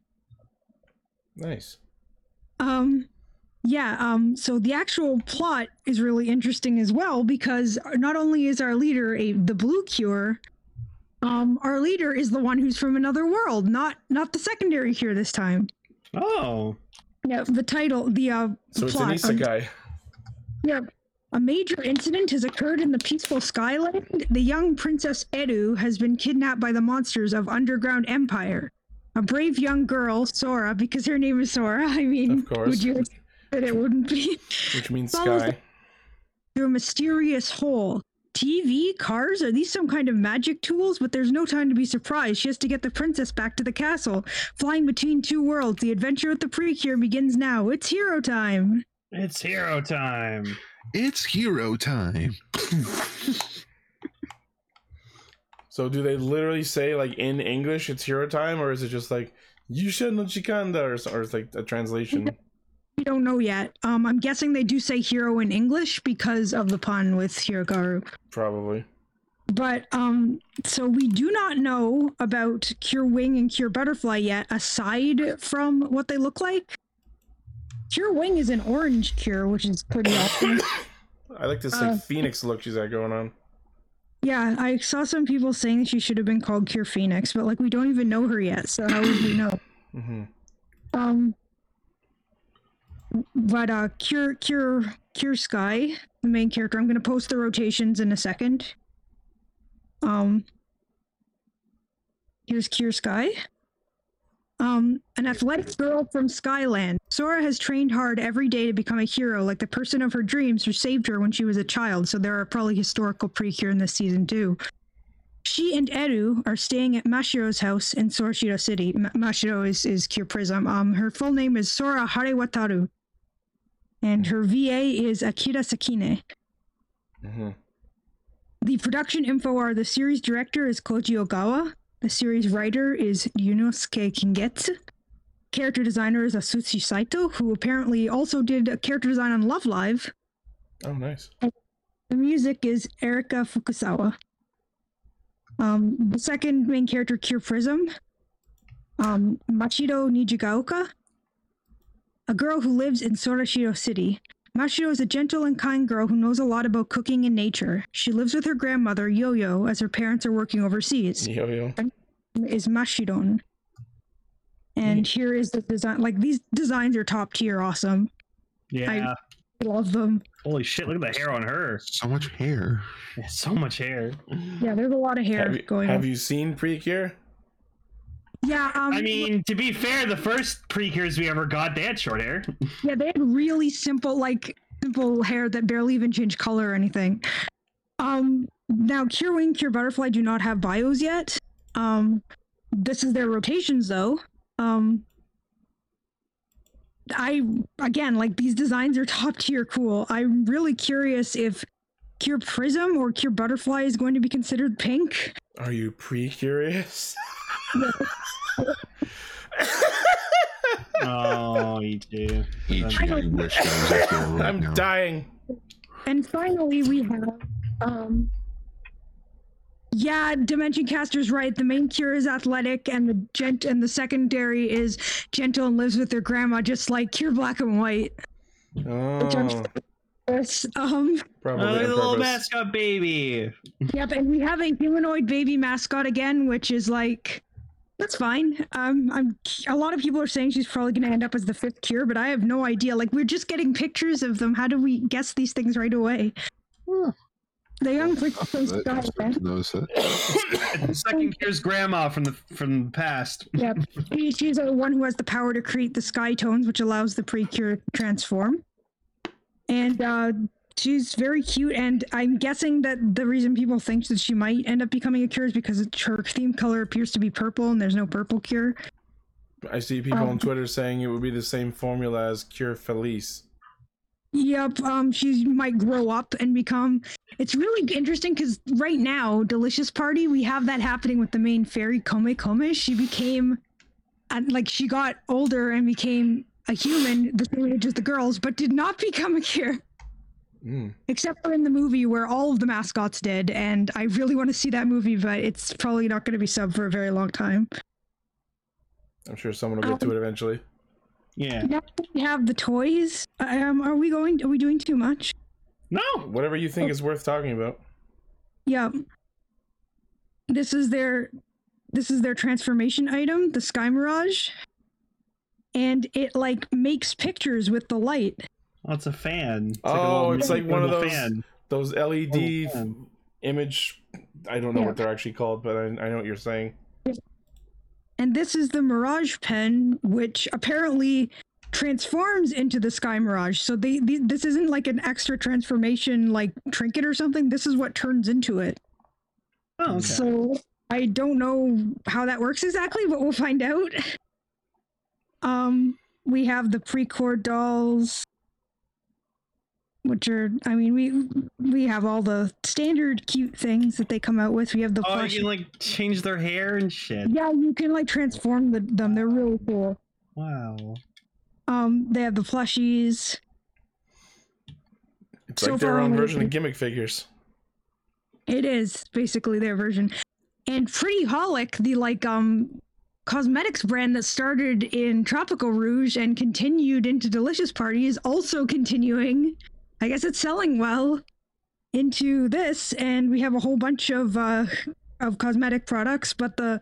Speaker 2: Nice.
Speaker 4: Um yeah, um so the actual plot is really interesting as well because not only is our leader a the blue cure, um our leader is the one who's from another world, not not the secondary cure this time.
Speaker 1: Oh,
Speaker 4: Yeah, the title, the uh
Speaker 2: So it's an
Speaker 4: plot um,
Speaker 2: isekai.
Speaker 4: Yep. A major incident has occurred in the peaceful Skyland. The young Princess Edu has been kidnapped by the monsters of Underground Empire. A brave young girl, Sora, because her name is Sora, I mean,
Speaker 2: Of course.
Speaker 4: would you expect that it wouldn't be?
Speaker 2: Which means
Speaker 4: follows
Speaker 2: sky.
Speaker 4: Through a mysterious hole. TV, cars, are these some kind of magic tools? But there's no time to be surprised. She has to get the princess back to the castle. Flying between two worlds, the adventure with the Precure begins now. It's hero time.
Speaker 1: it's hero time.
Speaker 3: It's hero time.
Speaker 2: So do they literally say like in English it's hero time, or is it just like Yusha no Chikanda, or, so- or it's like a translation?
Speaker 4: We don't know yet. Um, I'm guessing they do say hero in English because of the pun with Hirogaru.
Speaker 2: Probably.
Speaker 4: But um, so we do not know about Cure Wing and Cure Butterfly yet, aside from what they look like. Cure Wing is an orange cure, which is pretty awesome.
Speaker 2: I like this
Speaker 4: Uh,
Speaker 2: like phoenix look she's got going on.
Speaker 4: yeah, I saw some people saying she should have been called Cure Phoenix, but like we don't even know her yet, so how would we know?
Speaker 2: hmm
Speaker 4: Um, but uh, Cure Cure Cure Sky, the main character. I'm gonna post the rotations in a second. Um, here's Cure Sky. Um, an athletic girl from Skyland. Sora has trained hard every day to become a hero, like the person of her dreams who saved her when she was a child. So there are probably historical pre-cure in this season too. She and Eru are staying at Mashiro's house in Sorashiro City. Ma- Mashiro is, is Cure Prism. Um, her full name is Sora Harewataru. And her VA is Akira Sakine.
Speaker 2: hmm
Speaker 4: The production info are the series director is Koji Ogawa. The series writer is Yunosuke Kingetsu. Character designer is Asushi Saito, who apparently also did a character design on Love Live.
Speaker 2: Oh, nice.
Speaker 4: The music is Erika Fukusawa. Um, the second main character, Cure Prism, um, Machiro Nijigaoka, a girl who lives in Sorashiro City. Machiro is a gentle and kind girl who knows a lot about cooking and nature. She lives with her grandmother, Yo Yo, as her parents are working overseas.
Speaker 2: Yo yo.
Speaker 4: Is Mashiron. And here is the design. Like, these designs are top tier awesome.
Speaker 1: Yeah.
Speaker 4: I love them.
Speaker 1: Holy shit! Look at the hair on her.
Speaker 3: So much hair.
Speaker 1: Yeah, so much hair.
Speaker 4: Yeah, there's a lot of hair
Speaker 2: Have you,
Speaker 4: going
Speaker 2: have
Speaker 4: on.
Speaker 2: you seen Precure?
Speaker 4: Yeah, um,
Speaker 1: I mean, to be fair, the first precures we ever got, they had short hair.
Speaker 4: Yeah, they had really simple, like simple hair that barely even changed color or anything. Um, now Cure Wing, Cure Butterfly do not have bios yet. Um, this is their rotations though. Um, I again like these designs are top tier cool. I'm really curious if Cure Prism or Cure Butterfly is going to be considered pink.
Speaker 2: Are you pre-curious?
Speaker 1: oh, you do.
Speaker 3: Each of you wish I was up there right
Speaker 2: I'm
Speaker 3: now.
Speaker 2: dying.
Speaker 4: And finally, we have. Um, yeah, Dimension Caster's right. The main cure is athletic, and the gent and the secondary is gentle and lives with their grandma, just like Cure Black and White.
Speaker 2: Oh.
Speaker 4: Yes, Um,
Speaker 2: Probably
Speaker 1: Oh,
Speaker 2: on
Speaker 1: the little
Speaker 2: purpose.
Speaker 1: mascot baby.
Speaker 4: yep, and we have a humanoid baby mascot again, which is like that's fine. Um, I'm a lot of people are saying she's probably going to end up as the fifth cure, but I have no idea. Like we're just getting pictures of them. How do we guess these things right away? The young princess
Speaker 3: That-
Speaker 4: got it.
Speaker 3: knows that.
Speaker 1: Second cure's grandma from the from the past.
Speaker 4: Yep, She- she's the one who has the power to create the sky tones, which allows the pre-cure to transform. And uh, she's very cute, and I'm guessing that the reason people think that she might end up becoming a cure is because it's- her theme color appears to be purple, and there's no purple cure.
Speaker 2: I see people on
Speaker 4: Um,
Speaker 2: Twitter saying it would be the same formula as Cure Felice.
Speaker 4: Yep, um, she might grow up and become. It's really interesting because right now, Delicious Party, we have that happening with the main fairy Kome Kome. She became, and like she got older and became a human the same age as the girls, but did not become a cure.
Speaker 2: Mm.
Speaker 4: Except for in the movie where all of the mascots did, and I really want to see that movie, but it's probably not going to be sub for a very long time.
Speaker 2: I'm sure someone will get
Speaker 4: Um,
Speaker 2: to it eventually.
Speaker 1: Yeah.
Speaker 4: Now we have the toys. Um, are we going? Are we doing too much?
Speaker 1: No.
Speaker 2: Whatever you
Speaker 4: oh.
Speaker 2: think is worth talking about.
Speaker 4: Yeah. This is their this is their transformation item, the Sky Mirage. And it like makes pictures with the light.
Speaker 1: Oh, it's a fan. It's a
Speaker 2: Oh,
Speaker 1: little
Speaker 2: it's like one of
Speaker 1: inflatable
Speaker 2: those- Those LED
Speaker 4: Oh,
Speaker 2: f-
Speaker 1: fan.
Speaker 4: um,
Speaker 2: image, I don't know what they're actually called, but I, I know what you're saying.
Speaker 4: And this is the Mirage pen, which apparently transforms into the Sky Mirage. So they, the this isn't like an extra transformation like trinket or something. This is what turns into it.
Speaker 1: Oh, okay.
Speaker 4: So I don't know how that works exactly, but we'll find out. Um, we have the pre-core dolls, which are I mean we we have all the standard cute things that they come out with. We have the
Speaker 1: Oh,
Speaker 4: plush-
Speaker 1: you can like change their hair and shit.
Speaker 4: yeah, you can like transform the, them. They're really cool.
Speaker 1: Wow.
Speaker 4: Um, they have the plushies.
Speaker 2: It's
Speaker 4: So
Speaker 2: like their
Speaker 4: far,
Speaker 2: own
Speaker 4: I'm
Speaker 2: version of
Speaker 4: liking-
Speaker 2: gimmick figures.
Speaker 4: It is basically their version. And Pretty Holic, the like um cosmetics brand that started in Tropical Rouge and continued into Delicious Party is also continuing. I guess it's selling well into this and we have a whole bunch of uh of cosmetic products, but the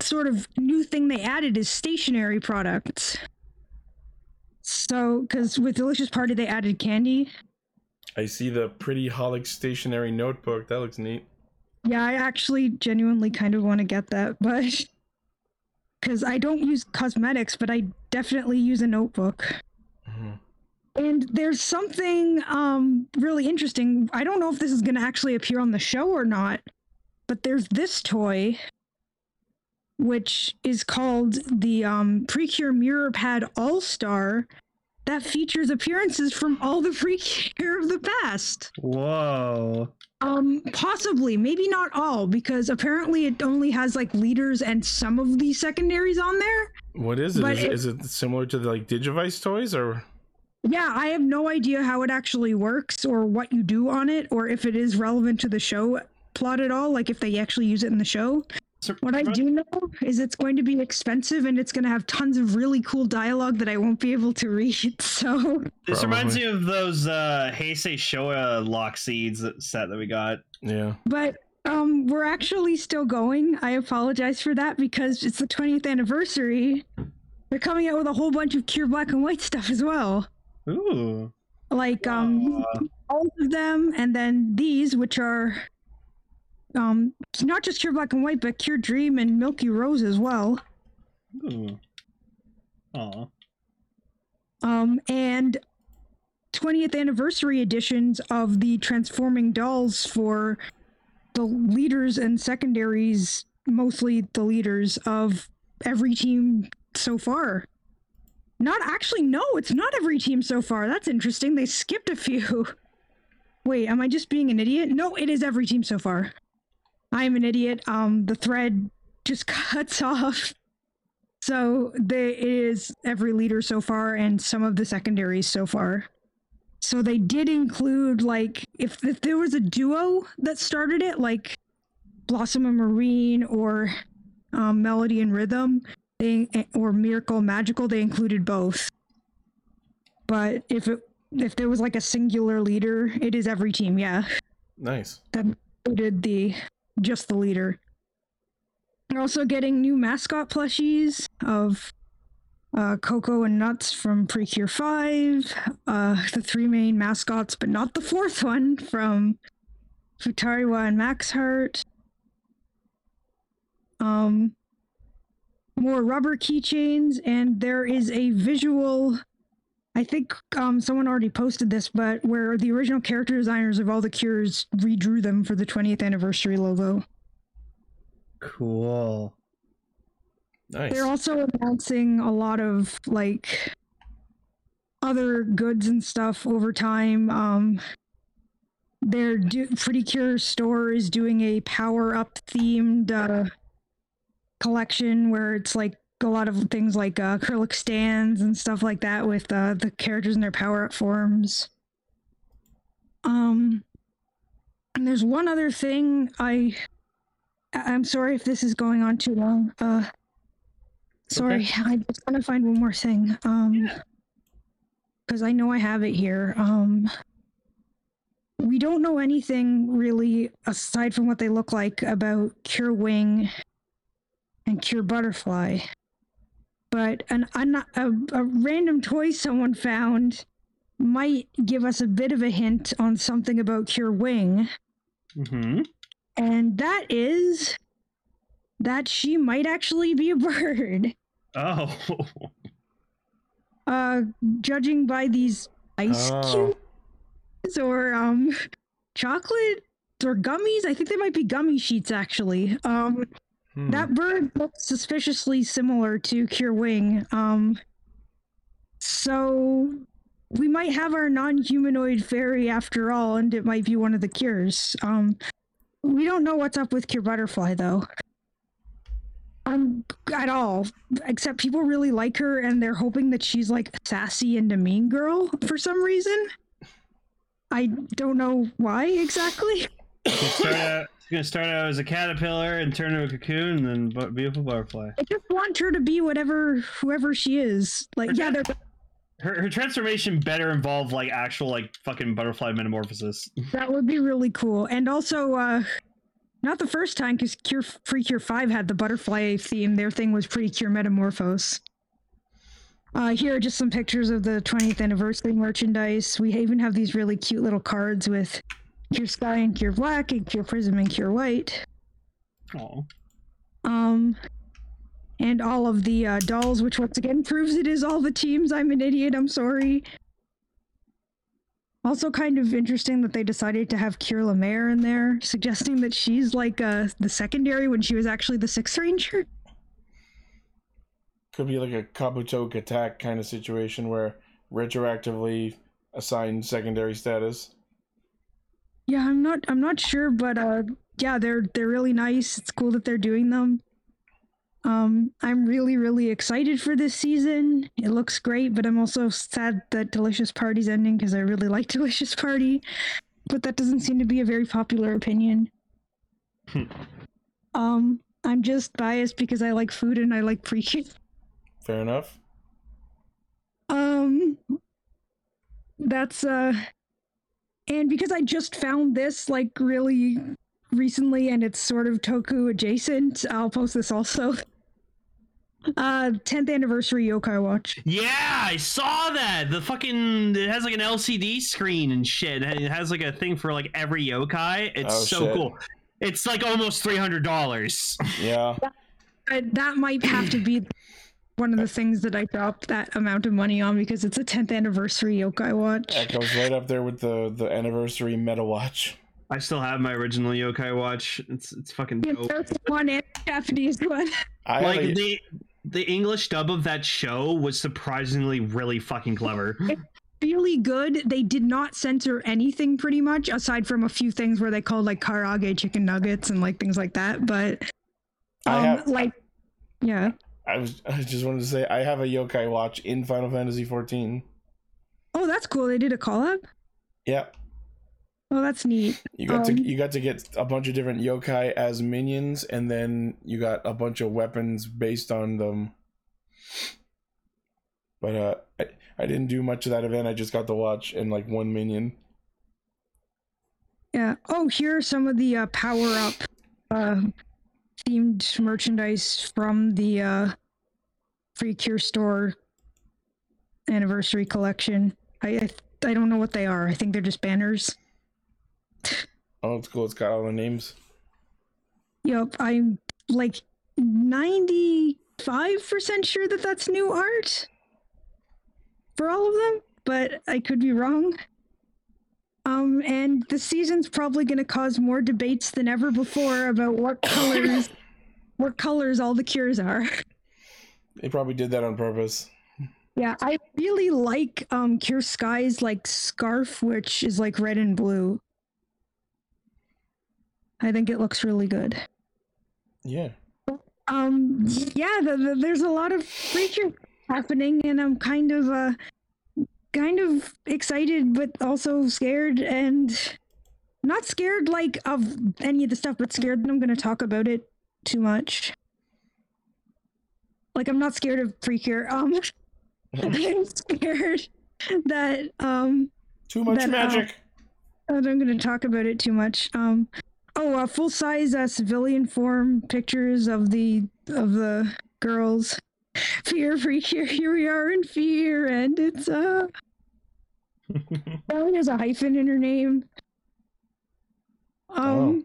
Speaker 4: sort of new thing they added is stationary products. So, because with Delicious Party they added candy,
Speaker 2: I see the pretty Holic stationary notebook. That looks neat.
Speaker 4: Yeah, I actually genuinely kind of want to get that, but because I don't use cosmetics, but I definitely use a notebook.
Speaker 2: Mhm.
Speaker 4: And there's something um, really interesting. I don't know if this is going to actually appear on the show or not, but there's this toy, which is called the um, Precure Mirror Pad All Star, that features appearances from all the Precure of the past.
Speaker 1: Whoa.
Speaker 4: Um, possibly, maybe not all, because apparently it only has like leaders and some of the secondaries on there.
Speaker 2: What is it?
Speaker 4: But
Speaker 2: Is, it?
Speaker 4: it-
Speaker 2: is it similar to the like Digivice toys or
Speaker 4: Yeah, I have no idea how it actually works or what you do on it or if it is relevant to the show plot at all, like if they actually use it in the show.
Speaker 1: So-
Speaker 4: What I do know is it's going to be expensive and it's going to have tons of really cool dialogue that I won't be able to read. So,
Speaker 1: This reminds
Speaker 2: Probably.
Speaker 1: me of those uh Heisei Showa lock seeds set that we got.
Speaker 2: yeah?
Speaker 4: but um we're actually still going i apologize for that because it's the 20th anniversary they're coming out with a whole bunch of cure black and white stuff as well
Speaker 1: Ooh.
Speaker 4: like um
Speaker 1: Uh,
Speaker 4: all of them and then these which are um not just cure black and white but cure dream and milky rose as well
Speaker 1: ooh. Aw.
Speaker 4: um and 20th anniversary editions of the transforming dolls for the leaders and secondaries mostly the leaders of every team so far not actually no it's not every team so far that's interesting they skipped a few wait am i just being an idiot no it is every team so far i am an idiot um the thread just cuts off so there is every leader so far and some of the secondaries so far. So they did include like if, if there was a duo that started it, like Blossom and Marine or um, Melody and Rhythm, eh, they or Miracle Magical, they included both. But if it if there was like a singular leader, it is every team. Yeah,
Speaker 2: Nice.
Speaker 4: that included the just the leader. We're also getting new mascot plushies of uh, Coco and Nuts from Precure Five, uh, the three main mascots, but not the fourth one from Futariwa and Max Heart. Um, more rubber keychains, and there is a visual. I think um, someone already posted this, but where the original character designers of all the cures redrew them for the 20th anniversary logo.
Speaker 9: Cool.
Speaker 2: Nice.
Speaker 4: They're also announcing a lot of like other goods and stuff over time. Um, their do- Pretty Cure store is doing a power up themed uh, collection where it's like a lot of things like uh, acrylic stands and stuff like that with uh, the characters in their power up forms. Um, and there's one other thing I. I- I'm sorry if this is going on too long. Uh, Sorry, I just want to find one more thing. Um, because I know I have it here. Um, we don't know anything really aside from what they look like about Cure Wing and Cure Butterfly. But an, an a, a random toy someone found might give us a bit of a hint on something about Cure Wing.
Speaker 1: Mm-hmm.
Speaker 4: And that is that she might actually be a bird.
Speaker 1: Oh.
Speaker 4: Uh, judging by these ice
Speaker 2: Oh.
Speaker 4: cubes or um, chocolate or gummies, I think they might be gummy sheets actually. Um,
Speaker 2: Hmm.
Speaker 4: that bird looks suspiciously similar to Cure Wing. Um, so we might have our non-humanoid fairy after all, and it might be one of the cures. Um, we don't know what's up with Cure Butterfly though. Um, at all. Except people really like her, and they're hoping that she's like sassy and a mean girl for some reason. I don't know why exactly.
Speaker 1: She's start out- she's gonna start out as a caterpillar and turn into a cocoon, and then bu- beautiful butterfly.
Speaker 4: I just want her to be whatever, whoever she is. Like, yeah, they're
Speaker 1: Her, her transformation better involve like actual like fucking butterfly metamorphosis.
Speaker 4: That would be really cool. And also, uh, not the first time because Cure Free Cure Five had the butterfly theme. Their thing was pretty Cure Metamorphose. Uh, here are just some pictures of the 20th anniversary merchandise. We even have these really cute little cards with Cure Sky and Cure Black and Cure Prism and Cure White.
Speaker 1: Oh,
Speaker 4: Um, and all of the uh, dolls, which once again proves it is all the teams. I'm an idiot. I'm sorry. Also, kind of interesting that they decided to have Cure Lemaire in there, suggesting that she's like uh, the secondary when she was actually the sixth ranger.
Speaker 2: Could be like a Kabuto attack kind of situation where retroactively assigned secondary status.
Speaker 4: Yeah, I'm not. I'm not sure, but uh, yeah, they're they're really nice. It's cool that they're doing them. Um, I'm really really excited for this season. It looks great, but I'm also sad that Delicious Party's ending because I really like Delicious Party, but that doesn't seem to be a very popular opinion. um, I'm just biased because I like food and I like pre
Speaker 2: Fair enough.
Speaker 4: um that's uh and because i just found this like really recently and it's sort of toku adjacent i'll post this also uh 10th anniversary yokai watch
Speaker 1: yeah, I saw that. The fucking it has like an LCD screen and shit. and It has like a thing for like every yokai. It's
Speaker 2: Oh,
Speaker 1: so
Speaker 2: shit.
Speaker 1: cool. It's like almost three hundred dollars.
Speaker 2: Yeah.
Speaker 4: Uh, that might have to be one of the things that i dropped that amount of money on because it's a 10th anniversary yokai watch
Speaker 2: That goes right up there with the, the anniversary meta watch.
Speaker 1: I still have my original yokai watch. It's it's fucking
Speaker 4: Yeah,
Speaker 1: dope.
Speaker 4: that's one and the japanese one
Speaker 2: I
Speaker 1: like
Speaker 2: like-
Speaker 1: the the English dub of that show was surprisingly really fucking clever.
Speaker 4: really good. They did not censor anything pretty much, aside from a few things where they called like karage chicken nuggets and like things like that. But um,
Speaker 2: I have-
Speaker 4: like, yeah.
Speaker 2: I was I just wanted to say I have a yokai watch in Final Fantasy XIV.
Speaker 4: Oh, that's cool. They did a call up.
Speaker 2: Yeah.
Speaker 4: Oh, that's neat.
Speaker 2: You got
Speaker 4: Um,
Speaker 2: to you got to get a bunch of different yokai as minions, and then you got a bunch of weapons based on them. But uh, I, I didn't do much of that event. I just got to watch and like one minion.
Speaker 4: Yeah. Oh, here are some of the uh, power up uh, themed merchandise from the uh, Free Cure Store anniversary collection. I, I I don't know what they are. I think they're just banners.
Speaker 2: Oh, it's cool. It's got all the names.
Speaker 4: Yep, I'm like 95% sure that that's new art for all of them, but I could be wrong. Um, and the season's probably going to cause more debates than ever before about what colors, what colors all the cures are.
Speaker 2: They probably did that on purpose.
Speaker 4: Yeah, I really like um Cure Sky's like scarf, which is like red and blue. I think it looks really good.
Speaker 2: Yeah.
Speaker 4: Um, yeah, the, the, there's a lot of creature happening, and I'm kind of uh, kind of excited, but also scared, and not scared like of any of the stuff, but scared that I'm going to talk about it too much. Like I'm not scared of Precure. Um, I'm scared that um
Speaker 2: Too much
Speaker 4: Then, uh,
Speaker 2: magic.
Speaker 4: Oh, I'm going to talk about it too much. Um, oh, uh, full size uh, civilian form pictures of the of the girls. Fear freak here. Here we are in fear, and it's uh. Ellen has a hyphen in her name. Um.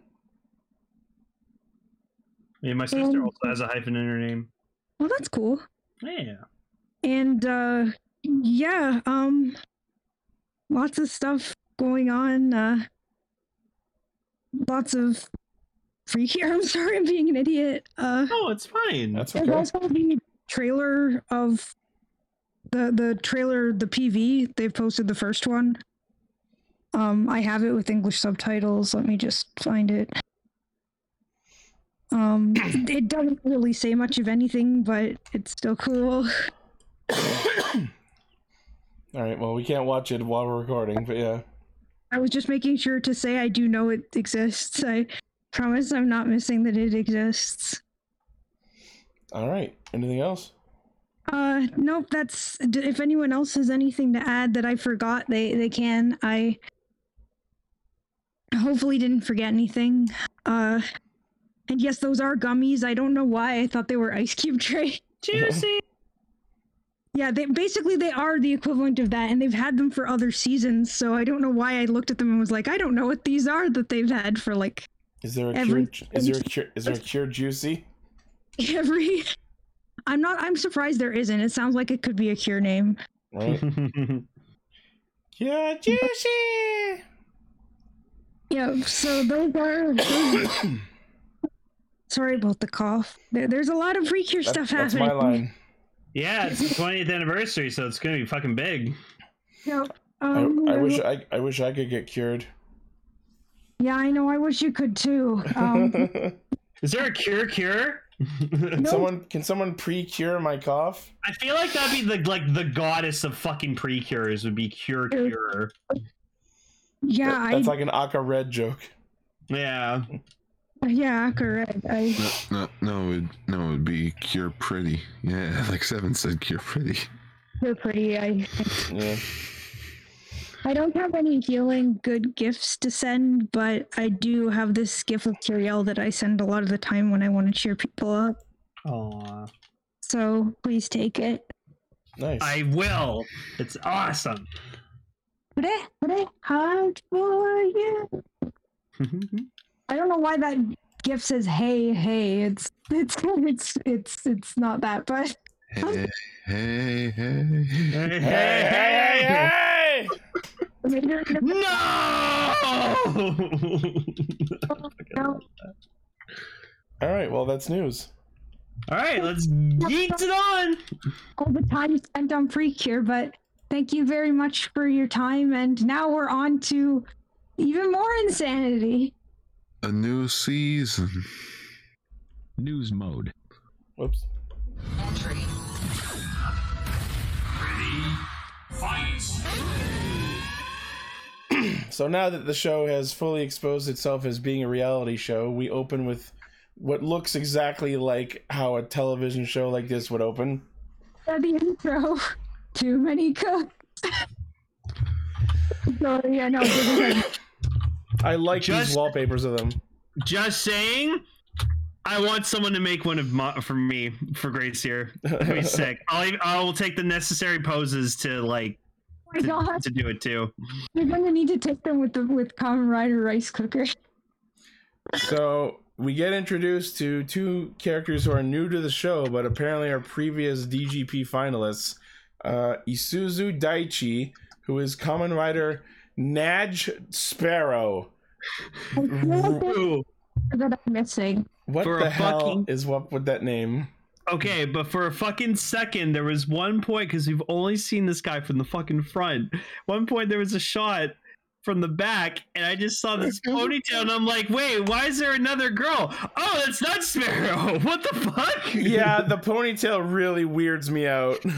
Speaker 1: Yeah, my sister also has a hyphen in her name.
Speaker 4: Well, that's cool.
Speaker 1: Yeah.
Speaker 4: and uh yeah um lots of stuff going on uh lots of free here i'm sorry i'm being an idiot uh
Speaker 1: Oh, it's fine.
Speaker 2: That's
Speaker 4: there's
Speaker 2: okay.
Speaker 4: also the trailer of the the trailer the pv they've posted the first one um i have it with english subtitles let me just find it um it doesn't really say much of anything but it's still cool
Speaker 2: All right. Well, we can't watch it while we're recording, but yeah.
Speaker 4: I was just making sure to say I do know it exists. I promise I'm not missing that it exists.
Speaker 2: All right. Anything else?
Speaker 4: Uh, nope. That's d- if anyone else has anything to add that I forgot, they they can. I hopefully didn't forget anything. Uh, and yes, those are gummies. I don't know why I thought they were ice cube tray.
Speaker 1: Juicy.
Speaker 4: Yeah, they basically they are the equivalent of that, and they've had them for other seasons. So I don't know why I looked at them and was like, I don't know what these are that they've had for like
Speaker 2: Is there a
Speaker 4: Every-
Speaker 2: cure? Is there a cure? Is there a cure juicy?
Speaker 4: every i'm not i'm surprised there isn't it sounds like it could be a cure name
Speaker 2: Right. Cure juicy.
Speaker 4: yeah so those are those- sorry about the cough there, there's a lot of pre-cure
Speaker 2: That-
Speaker 4: stuff
Speaker 2: that's
Speaker 4: happening
Speaker 2: my line.
Speaker 1: Yeah, it's the 20th anniversary, so it's gonna be fucking big.
Speaker 4: No,
Speaker 2: I,
Speaker 4: um,
Speaker 2: I wish
Speaker 4: there-
Speaker 2: I, I wish I could get cured.
Speaker 4: yeah i know i wish you could too um
Speaker 1: Is there a cure cure?
Speaker 2: Can someone can someone pre-cure my cough?
Speaker 1: I feel like that'd be the like the goddess of fucking precures would be cure cure.
Speaker 4: yeah i
Speaker 2: That's like an Aka Red joke.
Speaker 1: Yeah.
Speaker 4: yeah correct i
Speaker 3: No, no, no, it, no, it'd be Cure Pretty. Yeah, like Seven said, Cure Pretty.
Speaker 4: you're pretty i
Speaker 2: Yeah.
Speaker 4: i don't have any healing good gifts to send but i do have this gift of curiel that i send a lot of the time when i want to cheer people up
Speaker 1: Aww.
Speaker 4: so please take it
Speaker 2: Nice.
Speaker 1: I will. It's awesome.
Speaker 4: Bre- bre- hard for you. I don't know why that gift says hey hey. It's it's it's it's it's not that, but
Speaker 3: Hey, hey, hey.
Speaker 1: hey, hey,
Speaker 2: hey,
Speaker 1: No!
Speaker 4: no.
Speaker 2: All right. Well, that's news.
Speaker 1: All right, let's yeet it on.
Speaker 4: all the time spent on pre cure, but thank you very much for your time and now we're on to even more insanity.
Speaker 3: A new season.
Speaker 9: News mode.
Speaker 2: Whoops. So now that the show has fully exposed itself as being a reality show, we open with what looks exactly like how a television show like this would open.
Speaker 4: Yeah, the intro. too many cooks. Sorry, I know. this is-
Speaker 2: I like
Speaker 1: Just-
Speaker 2: these wallpapers of them.
Speaker 1: Just saying, I want someone to make one of my, for me for Grace here. That'd be sick. I'll even- I will take the necessary poses to like
Speaker 4: Oh my
Speaker 1: to,
Speaker 4: god,
Speaker 1: to do it too.
Speaker 4: you're gonna need to take them with the with Common Rider rice cooker.
Speaker 2: So we get introduced to two characters who are new to the show, but apparently are previous DGP finalists. Uh, Isuzu Daichi, who is Common Rider Naj Sparrow.
Speaker 4: I feel like
Speaker 1: Ooh.
Speaker 4: that I'm missing.
Speaker 2: What
Speaker 1: For a
Speaker 2: the hell
Speaker 1: fucking-
Speaker 2: is up with that name?
Speaker 1: Okay, but for a fucking second, there was one point because we've only seen this guy from the fucking front. One point, there was a shot from the back, and I just saw this ponytail, and I'm like, wait, why is there another girl? Oh, that's not Sparrow. What the fuck?
Speaker 2: Yeah, the ponytail really weirds me out.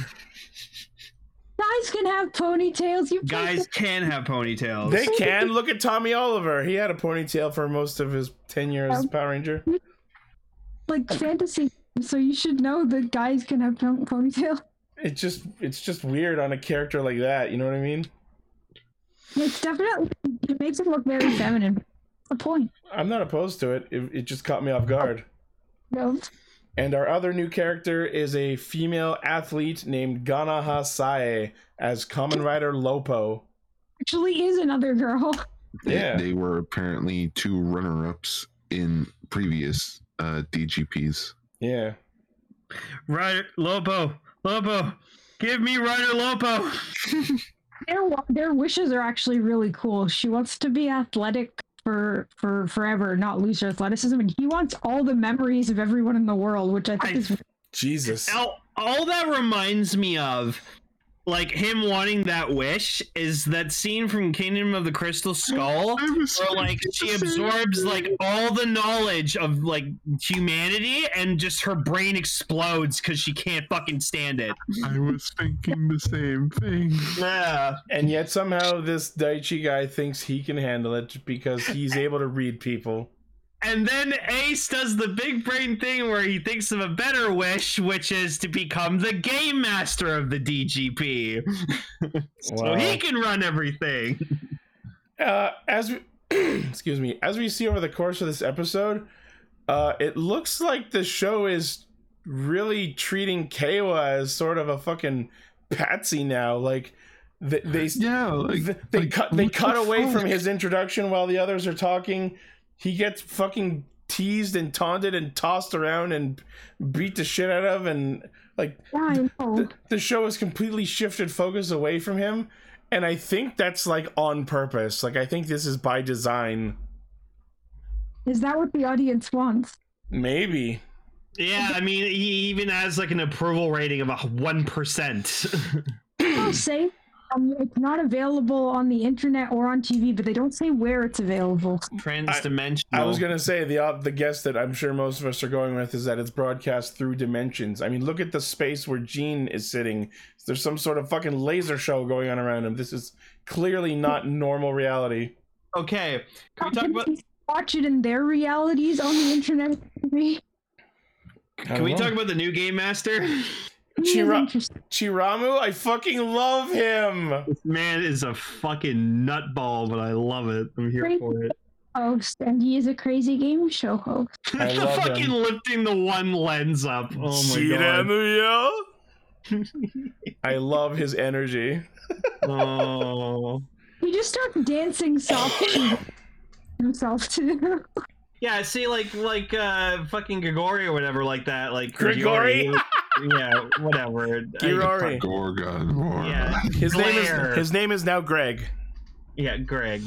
Speaker 4: Guys can have ponytails. You
Speaker 1: Guys can have ponytails.
Speaker 2: They can look at Tommy Oliver. He had a ponytail for most of his tenure as Power Ranger.
Speaker 4: like fantasy, so you should know that guys can have pon- ponytail.
Speaker 2: It just it's just weird on a character like that, you know what I mean?
Speaker 4: It's definitely it makes it look very feminine. The point.
Speaker 2: I'm not opposed to it. It, it just caught me off guard.
Speaker 4: No.
Speaker 2: And our other new character is a female athlete named Ganaha Sae as Common Rider Lopo.
Speaker 4: Actually, is another girl.
Speaker 3: They,
Speaker 2: Yeah.
Speaker 3: they were apparently two runner ups in previous uh, DGPs.
Speaker 2: Yeah.
Speaker 1: Ryder Lopo, Lopo, give me Ryder Lopo.
Speaker 4: Their wa- their wishes are actually really cool. She wants to be athletic for for forever, not lose her athleticism, and he wants all the memories of everyone in the world, which I think
Speaker 1: I-
Speaker 4: is
Speaker 2: Jesus.
Speaker 1: all, all that reminds me of like him wanting that wish is that scene from kingdom of the crystal skull where like she absorbs like all the knowledge of like humanity and just her brain explodes because she can't fucking stand it
Speaker 3: I was thinking the same thing.
Speaker 1: yeah
Speaker 2: And yet somehow this Daichi guy thinks he can handle it because he's able to read people.
Speaker 1: and then ace does the big brain thing where he thinks of a better wish which is to become the game master of the dgp so
Speaker 2: Wow.
Speaker 1: he can run everything
Speaker 2: uh, as we, excuse me, as we see over the course of this episode, uh, it looks like the show is really treating Kawa as sort of a fucking patsy now. Like they they
Speaker 3: Yeah, like
Speaker 2: th- they
Speaker 3: like,
Speaker 2: cut they
Speaker 3: what
Speaker 2: cut
Speaker 3: the
Speaker 2: away from
Speaker 3: fuck?
Speaker 2: his introduction while the others are talking. He gets fucking teased and taunted and tossed around and beat the shit out of and like
Speaker 4: yeah, I know.
Speaker 2: the, the show has completely shifted focus away from him and i think that's like on purpose like i think this is by design
Speaker 4: Is that what the audience wants?
Speaker 2: maybe
Speaker 1: Yeah, I mean, he even has like an approval rating of a one percent.
Speaker 4: I'll say um, it's not available on the internet or on TV, but they don't say where it's available.
Speaker 1: Transdimensional.
Speaker 2: i was gonna say the uh, the guess that i'm sure most of us are going with is that it's broadcast through dimensions i mean look at the space where gene is sitting there's some sort of fucking laser show going on around him this is clearly not normal reality
Speaker 1: Okay, can we talk about
Speaker 4: watch it in their realities on the internet? Maybe.
Speaker 1: can
Speaker 2: Uh-huh.
Speaker 1: we talk about the new game master?
Speaker 4: He is
Speaker 2: Chira-
Speaker 4: interesting.
Speaker 2: chiramu i fucking love him
Speaker 1: This man is a fucking nutball, but I love it. I'm here
Speaker 4: Great.
Speaker 1: for it.
Speaker 4: host, and he is a crazy game show host.
Speaker 2: I
Speaker 1: the
Speaker 2: love
Speaker 1: fucking
Speaker 2: him.
Speaker 1: lifting the one lens up. Oh my god.
Speaker 2: Chiramuyo? I love his energy.
Speaker 1: Oh.
Speaker 4: He just starts dancing softly himself to.
Speaker 1: Yeah, see, like, like, uh, fucking Grigori or whatever, like that, like
Speaker 2: Grigori?
Speaker 1: yeah, whatever.
Speaker 2: Girori.
Speaker 3: Gorgon. Gorgon.
Speaker 1: Yeah.
Speaker 2: His name
Speaker 1: Glare.
Speaker 2: is his name is now Greg.
Speaker 1: Yeah, Greg.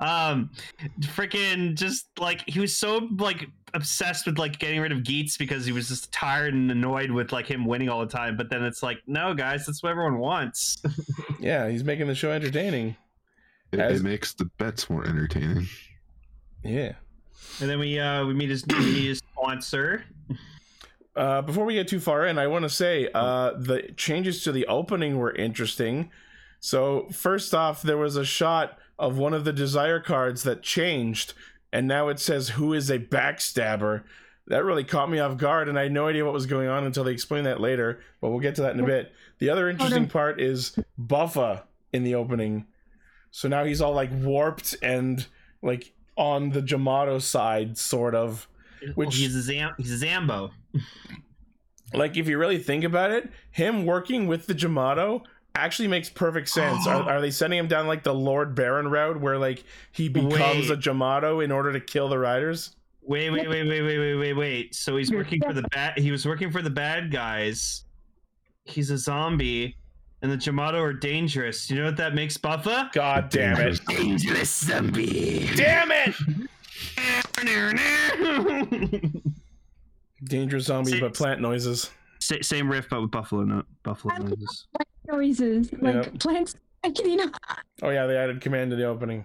Speaker 1: Um freaking just like he was so like obsessed with like getting rid of Geets because he was just tired and annoyed with like him winning all the time, but then it's like, no guys, that's what everyone wants.
Speaker 2: Yeah, he's making the show entertaining.
Speaker 3: It,
Speaker 2: As-
Speaker 3: it makes the bets more entertaining.
Speaker 2: Yeah.
Speaker 1: And then we uh we meet his we meet his sponsor.
Speaker 2: Uh, before we get too far in, I want to say uh, the changes to the opening were interesting. So first off, there was a shot of one of the desire cards that changed, and now it says "Who is a backstabber," that really caught me off guard, and I had no idea what was going on until they explained that later. But we'll get to that in a bit. The other interesting part is Buffa in the opening. So now he's all like warped and like on the Jamato side, sort of.
Speaker 1: Which
Speaker 2: Which-
Speaker 1: he's a zam- he's a Zambo.
Speaker 2: Like if you really think about it, him working with the Jamato actually makes perfect sense. are, are they sending him down like the Lord Baron route, where like he
Speaker 1: Wait.
Speaker 2: becomes a Jamato in order to kill the riders?
Speaker 1: Wait, wait, wait, wait, wait, wait, wait, wait. So he's working for the bad. He was working for the bad guys. He's a zombie, and the Jamato are dangerous. You know what that makes Buffa?
Speaker 2: God Ah, damn it!
Speaker 9: Dangerous zombie.
Speaker 2: Damn it! Dangerous zombies,
Speaker 1: See-
Speaker 2: but plant noises.
Speaker 1: Sa- same riff, but with buffalo no- buffalo noises.
Speaker 10: noises like
Speaker 2: Yep.
Speaker 10: plants. I can, you know,
Speaker 2: Oh yeah, they added command to the opening.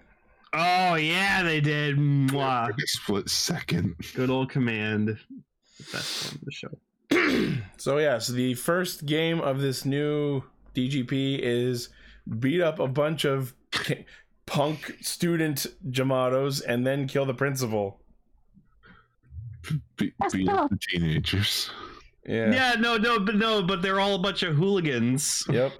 Speaker 1: Oh yeah, they did. Mwah.
Speaker 3: Like a split second.
Speaker 1: Good old command. The best one of the show.
Speaker 2: So yes, the first game of this new DGP is beat up a bunch of k- punk student Jamados and then kill the principal.
Speaker 3: Be-
Speaker 10: That's
Speaker 3: beat
Speaker 10: tough.
Speaker 3: up the teenagers.
Speaker 2: Yeah.
Speaker 1: Yeah. no, no, but no, but they're all a bunch of hooligans.
Speaker 2: Yep.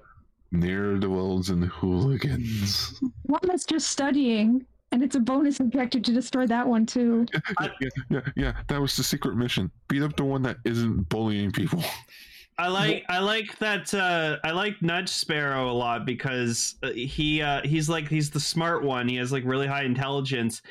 Speaker 3: Near the wells and the hooligans.
Speaker 10: one that's just studying, and it's a bonus objective to destroy that one too.
Speaker 3: yeah, yeah, yeah, that was the secret mission. Beat up the one that isn't bullying people.
Speaker 1: I like I like that uh I like Nudge Sparrow a lot because uh, he uh he's like he's the smart one. He has like really high intelligence.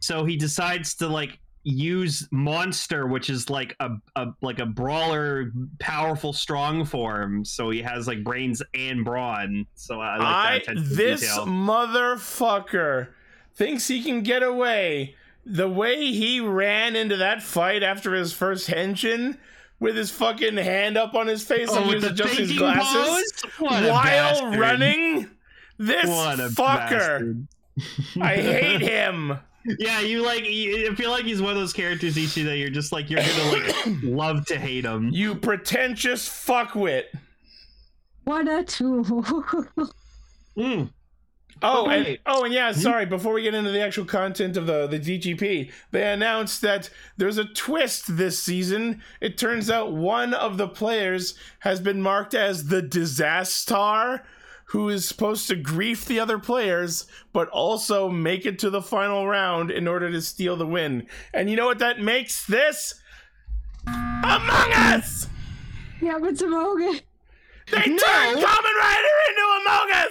Speaker 1: So he decides to like use monster which is like a, a like a brawler powerful strong form so he has like brains and brawn so i like that
Speaker 2: I
Speaker 1: attention to
Speaker 2: this
Speaker 1: detail.
Speaker 2: motherfucker thinks he can get away. The way he ran into that fight after his first henshin with his fucking hand up on his face
Speaker 1: Oh,
Speaker 2: like he was adjusting his glasses.
Speaker 1: pose? What a
Speaker 2: while
Speaker 1: bastard.
Speaker 2: running this
Speaker 1: What a
Speaker 2: fucker
Speaker 1: bastard.
Speaker 2: i hate him
Speaker 1: Yeah, you like. You, I feel like he's one of those characters, Ichi, that you're just like you're gonna like love to hate him.
Speaker 2: you pretentious fuckwit
Speaker 10: What a tool!
Speaker 1: Mm.
Speaker 2: oh and
Speaker 1: Wait.
Speaker 2: oh and yeah sorry before we get into the actual content of the the dgp they announced that there's a twist this season it turns out one of the players has been marked as the disaster who is supposed to grief the other players but also make it to the final round in order to steal the win and you know what that makes this among us
Speaker 10: yeah, but Samoga.
Speaker 2: They turned Common Rider into Among Us!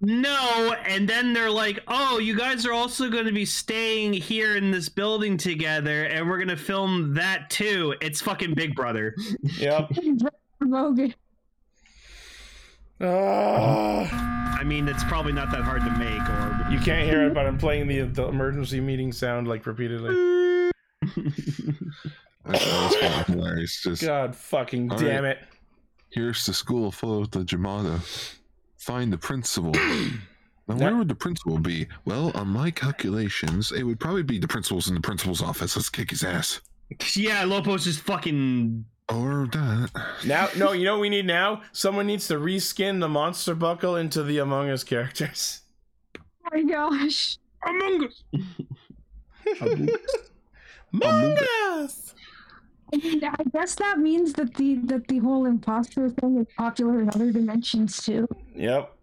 Speaker 1: No, and then they're like, "Oh, you guys are also going to be staying here in this building together, and we're gonna film that too." It's fucking Big Brother.
Speaker 2: Yep.
Speaker 10: Samoga.
Speaker 2: Ah.
Speaker 1: I mean, it's probably not that hard to make. Or
Speaker 2: you can't hear it, but I'm playing the, the emergency meeting sound like repeatedly.
Speaker 3: That, that was kind of hilarious. Just
Speaker 2: God fucking
Speaker 3: All
Speaker 2: damn it.
Speaker 3: here's the school full of the Jamato. Find the principal. Now, where would the principal be? Well, on my calculations, it would probably be the principal's in the principal's office. Let's kick his ass.
Speaker 1: yeah, Lopos is fucking.
Speaker 3: Or that.
Speaker 2: Now, no, you know what we need now? Someone needs to reskin the monster buckle into the Among Us characters.
Speaker 10: Oh my gosh!
Speaker 1: Among Us.
Speaker 2: Among Us!
Speaker 10: I mean, I guess that means that the that the whole imposter thing is popular in other dimensions too.
Speaker 2: Yep.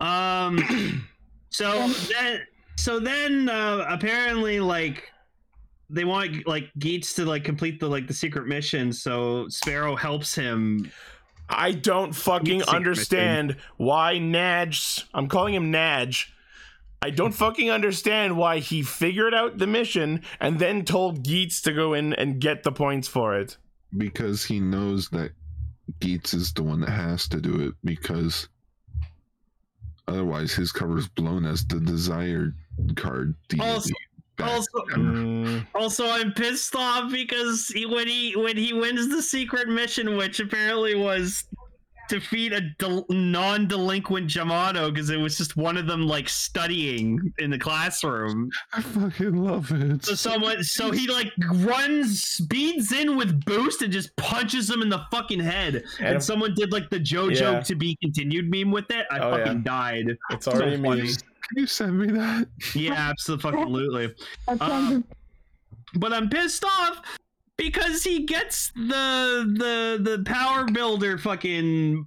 Speaker 1: Um. So then, so then, uh, apparently, like they want like Geets to like complete the like the secret mission. So Sparrow helps him.
Speaker 2: I don't
Speaker 1: Secret
Speaker 2: fucking
Speaker 1: mission.
Speaker 2: understand why Naj. I'm calling him Naj. I don't fucking understand why he figured out the mission and then told Geets to go in and get the points for it.
Speaker 3: Because he knows that Geets is the one that has to do it, because otherwise his cover is blown as the desired card. The,
Speaker 1: Also-
Speaker 3: the-
Speaker 1: Also,
Speaker 2: Mm,
Speaker 1: also, I'm pissed off because he, when he when he wins the secret mission, which apparently was defeat a del- non-delinquent Jamato, because it was just one of them like studying in the classroom.
Speaker 3: I fucking love it.
Speaker 1: So someone, so he like runs, speeds in with boost and just punches him in the fucking head. And,
Speaker 2: And-
Speaker 1: someone did like the JoJo
Speaker 2: Yeah.
Speaker 1: to be continued meme with it. I
Speaker 2: Oh, yeah.
Speaker 1: fucking died.
Speaker 2: It's already
Speaker 1: So
Speaker 2: me.
Speaker 1: funny.
Speaker 3: Can you send me that?
Speaker 1: Yeah, absolutely.
Speaker 10: That
Speaker 1: But I'm pissed off because he gets the the the power builder fucking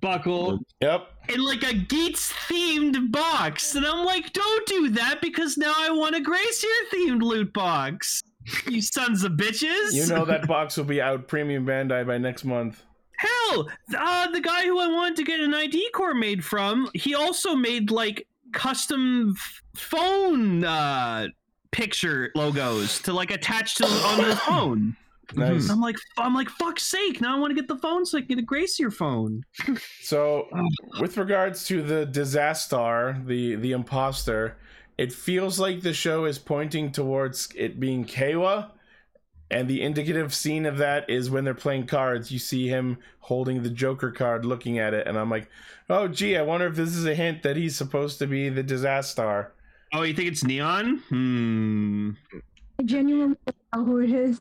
Speaker 1: buckle.
Speaker 2: Yep.
Speaker 1: In like a Geats themed box, and I'm like, don't do that because now I want a Gracier themed loot box. You sons of bitches!
Speaker 2: You know that box will be out premium Bandai by next month.
Speaker 1: Hell, uh, the guy who I wanted to get an ID core made from, he also made like custom f- phone uh, picture logos to like attach to on his phone.
Speaker 2: Nice.
Speaker 1: I'm like, I'm like, fuck's sake! Now I want to get the phone so I can get a Gracier phone.
Speaker 2: So, with regards to the disaster, the the imposter, it feels like the show is pointing towards it being Kawa, and the indicative scene of that is when they're playing cards. You see him holding the Joker card, looking at it, and I'm like, oh gee, I wonder if this is a hint that he's supposed to be the disaster.
Speaker 1: Oh, you think it's Neon? Hmm.
Speaker 10: I genuinely don't know who it is.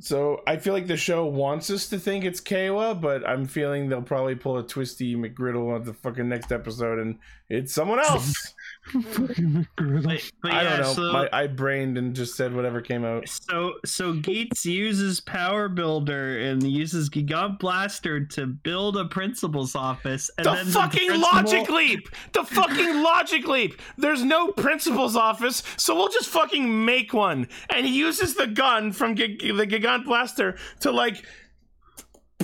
Speaker 2: So I feel like the show wants us to think it's Kawa, but I'm feeling they'll probably pull a twisty McGriddle on the fucking next episode, and it's someone else.
Speaker 3: Fucking McGriddle.
Speaker 1: But, but
Speaker 2: I
Speaker 1: yeah,
Speaker 2: don't know.
Speaker 1: so-
Speaker 2: My, I brained and just said whatever came out.
Speaker 1: So so Geats uses Power Builder and uses Gigant Blaster to build a principal's office. And
Speaker 5: the
Speaker 1: then
Speaker 5: fucking
Speaker 1: principal-
Speaker 5: logic leap! The fucking logic leap! There's no principal's office, so we'll just fucking make one. And he uses the gun from Gig- the Gigant Blaster to like,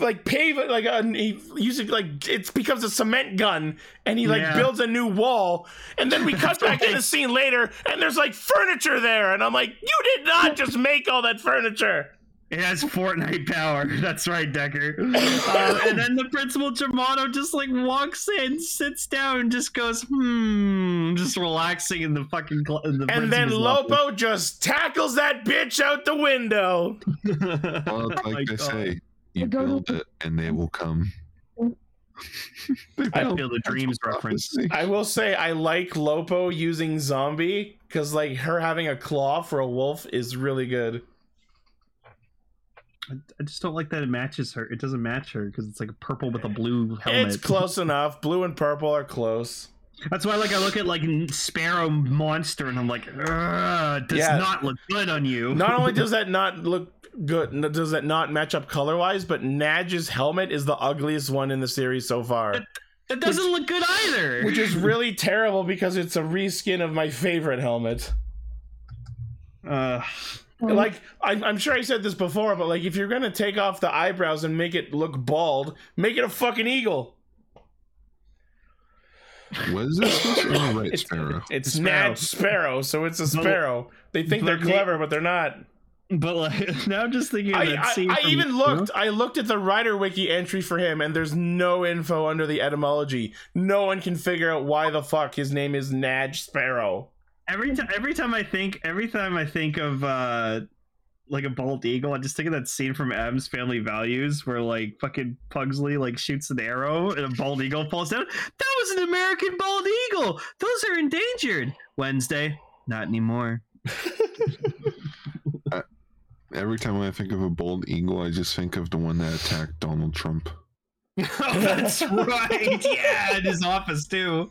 Speaker 5: like pave it like a, he uses like it becomes a cement gun, and he like
Speaker 1: Yeah.
Speaker 5: builds a new wall. And then we cut back to the scene later, and there's like furniture there, and I'm like, you did not just make all that furniture.
Speaker 1: It has Fortnite power. That's right, Decker. Uh, and then the principal Germano just like walks in, sits down, and just goes, hmm, just relaxing in the fucking. Cl- in the
Speaker 5: And then
Speaker 1: principal's
Speaker 5: Lobo just tackles that bitch out the window.
Speaker 1: office.
Speaker 3: Well, like
Speaker 1: my
Speaker 3: I
Speaker 1: God.
Speaker 3: say, you
Speaker 10: go to-
Speaker 3: build it and they will come. They
Speaker 1: I
Speaker 3: build
Speaker 1: feel the dreams reference.
Speaker 3: prophecy.
Speaker 2: I will say I like Lopo using zombie because like her having a claw for a wolf is really good.
Speaker 1: I I just don't like that it matches her. It doesn't match her because it's like purple with a blue helmet.
Speaker 2: It's close enough. Blue and purple are close.
Speaker 1: That's why, like, I look at like n- Sparrow Monster, and I'm like, "Ugh, it does
Speaker 2: Yeah.
Speaker 1: not look good on you.
Speaker 2: Not only does that not look good, n- does that not match up color wise, but Nadge's helmet is the ugliest one in the series so far,
Speaker 1: it doesn't look good either.
Speaker 2: which is really terrible because it's a reskin of my favorite helmet.
Speaker 1: uh,
Speaker 2: Like I'm, I'm sure I said this before, but like if you're gonna take off the eyebrows and make it look bald, make it a fucking eagle.
Speaker 3: Was this supposed to oh, right,
Speaker 2: It's-
Speaker 3: Sparrow?
Speaker 2: It's
Speaker 1: Sparrow.
Speaker 2: Nadge Sparrow, so it's a
Speaker 1: But-
Speaker 2: sparrow. They think they're
Speaker 1: but they-
Speaker 2: clever, but they're not.
Speaker 1: but like now, I'm just thinking of
Speaker 2: I,
Speaker 1: that
Speaker 2: I,
Speaker 1: scene.
Speaker 2: I
Speaker 1: from-
Speaker 2: even looked. I looked at the writer wiki entry for him, and there's no info under the etymology. No one can figure out why the fuck his name is Nadge Sparrow.
Speaker 1: every time. Every time I think, every time I think of uh, like a bald eagle, I just think of that scene from M's Family Values where like fucking Pugsley like shoots an arrow and a bald eagle falls down. That was an American bald eagle. Those are endangered. Wednesday, not anymore.
Speaker 3: Every time I think of a bald eagle, I just think of the one that attacked Donald Trump.
Speaker 1: oh, that's right. Yeah, in his office too.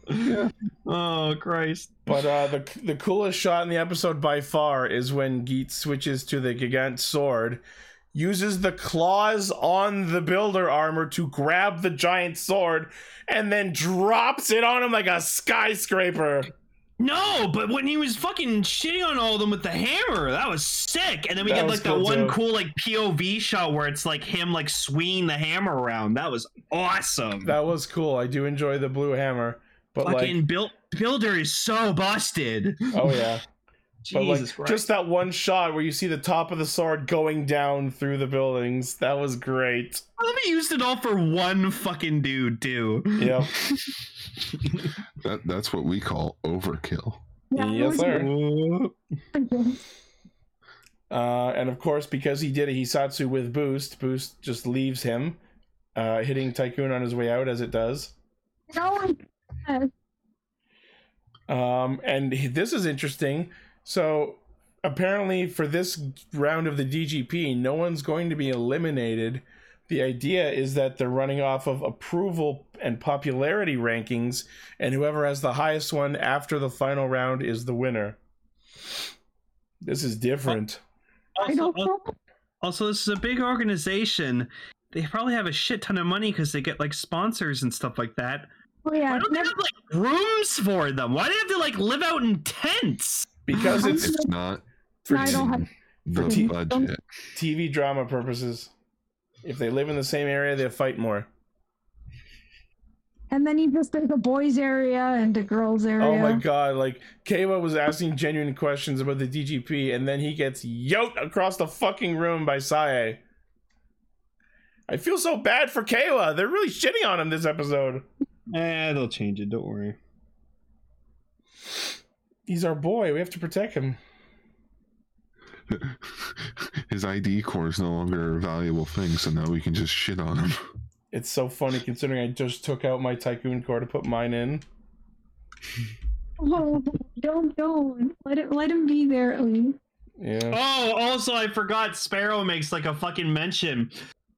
Speaker 1: Oh Christ.
Speaker 2: But uh, the the coolest shot in the episode by far is when Geet switches to the Gigant sword, uses the claws on the builder armor to grab the giant sword, and then drops it on him like a skyscraper.
Speaker 1: No, but when he was fucking shitting on all of them with the hammer, that was sick. And then we
Speaker 2: That
Speaker 1: get
Speaker 2: was
Speaker 1: like that
Speaker 2: cool,
Speaker 1: one
Speaker 2: too.
Speaker 1: cool like POV shot where it's like him like swinging the hammer around. That was awesome.
Speaker 2: That was cool. I do enjoy the blue hammer, but
Speaker 1: fucking
Speaker 2: like,
Speaker 1: built builder is so busted.
Speaker 2: oh yeah, but
Speaker 1: Jesus
Speaker 2: like
Speaker 1: Christ.
Speaker 2: just that one shot where you see the top of the sword going down through the buildings. That was great.
Speaker 1: I love he used it all for one fucking dude too.
Speaker 2: Yep.
Speaker 3: That that's what we call overkill.
Speaker 10: it was
Speaker 2: yes, sir.
Speaker 1: Ooh.
Speaker 10: different.
Speaker 2: Uh, and of course, because he did a Hisatsu with boost, boost just leaves him, uh, hitting Tycoon on his way out as it does.
Speaker 10: It always does.
Speaker 2: Um, and he- this is interesting. So apparently, for this round of the DGP, no one's going to be eliminated. The idea is that they're running off of approval and popularity rankings, and whoever has the highest one after the final round is the winner. This is different.
Speaker 10: I
Speaker 1: Also, uh,
Speaker 10: don't know.
Speaker 1: Also, this is a big organization. They probably have a shit ton of money because they get like sponsors and stuff like that.
Speaker 10: Oh yeah,
Speaker 1: Why don't they have like rooms for them? Why do they have to like live out in tents?
Speaker 2: because it's
Speaker 3: It's not
Speaker 10: No, I don't have.
Speaker 3: the
Speaker 10: Don't-
Speaker 3: budget.
Speaker 2: TV drama purposes. If they live in the same area, they fight more.
Speaker 10: And then you just there's a boys area and a girls area.
Speaker 2: Oh my god! Like Kawa was asking genuine questions about the DGP, and then he gets yoked across the fucking room by Sae. I feel so bad for Kawa. They're really shitting on him this episode.
Speaker 1: Eh, they'll change it. Don't worry.
Speaker 2: He's our boy. We have to protect him.
Speaker 3: His ID core is no longer a valuable thing, so now we can just shit on him.
Speaker 2: It's so funny considering I just took out my tycoon core to put mine in.
Speaker 10: Oh, don't don't let it let him be there at least.
Speaker 2: Yeah.
Speaker 1: Oh, also I forgot Sparrow makes like a fucking mention.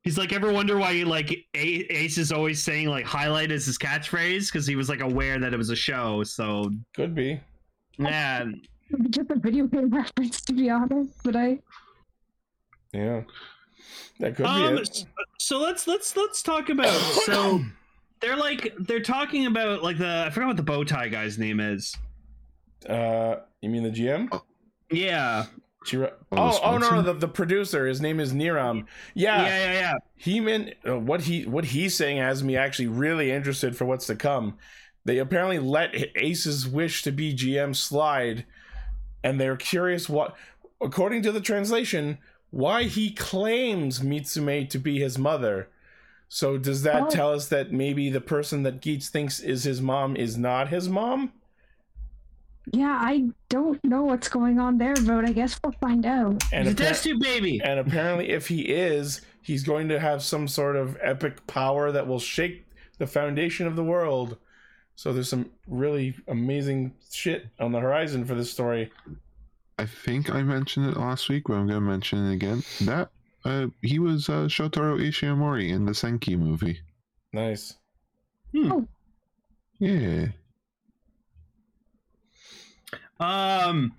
Speaker 1: He's like, ever wonder why like A- Ace is always saying like highlight is his catchphrase because he was like aware that it was a show. So
Speaker 2: Could be.
Speaker 1: yeah,
Speaker 10: It'd be Just a video game reference, to be honest. But I
Speaker 2: Yeah. That could
Speaker 1: Um,
Speaker 2: be it.
Speaker 1: s- so let's let's let's talk about so they're like they're talking about like the I forgot what the bow tie guy's name is.
Speaker 2: Uh, you mean the GM?
Speaker 1: Yeah,
Speaker 2: Chira-
Speaker 3: Oh,
Speaker 2: oh, oh no, no,
Speaker 3: Wisconsin?
Speaker 2: the, the producer. His name is Niram.
Speaker 1: yeah,
Speaker 2: Yeah,
Speaker 1: yeah, yeah.
Speaker 2: he meant uh, what he what he's saying has me actually really interested for what's to come. They apparently let Ace's wish to be GM slide, and they're curious what, according to the translation, why he claims Mitsume to be his mother. So does that
Speaker 10: Oh.
Speaker 2: tell us that maybe the person that Geets thinks is his mom is not his mom?
Speaker 10: yeah, I don't know what's going on there, but I guess we'll find out.
Speaker 2: And
Speaker 1: He's a
Speaker 2: appar-
Speaker 1: test tube baby.
Speaker 2: And apparently, if he is, he's going to have some sort of epic power that will shake the foundation of the world. So there's some really amazing shit on the horizon for this story.
Speaker 3: I think I mentioned it last week, but I'm going to mention it again. That uh, he was uh, Shotaro Ishimori in the Senki movie.
Speaker 2: Nice.
Speaker 3: Yeah,
Speaker 1: Um.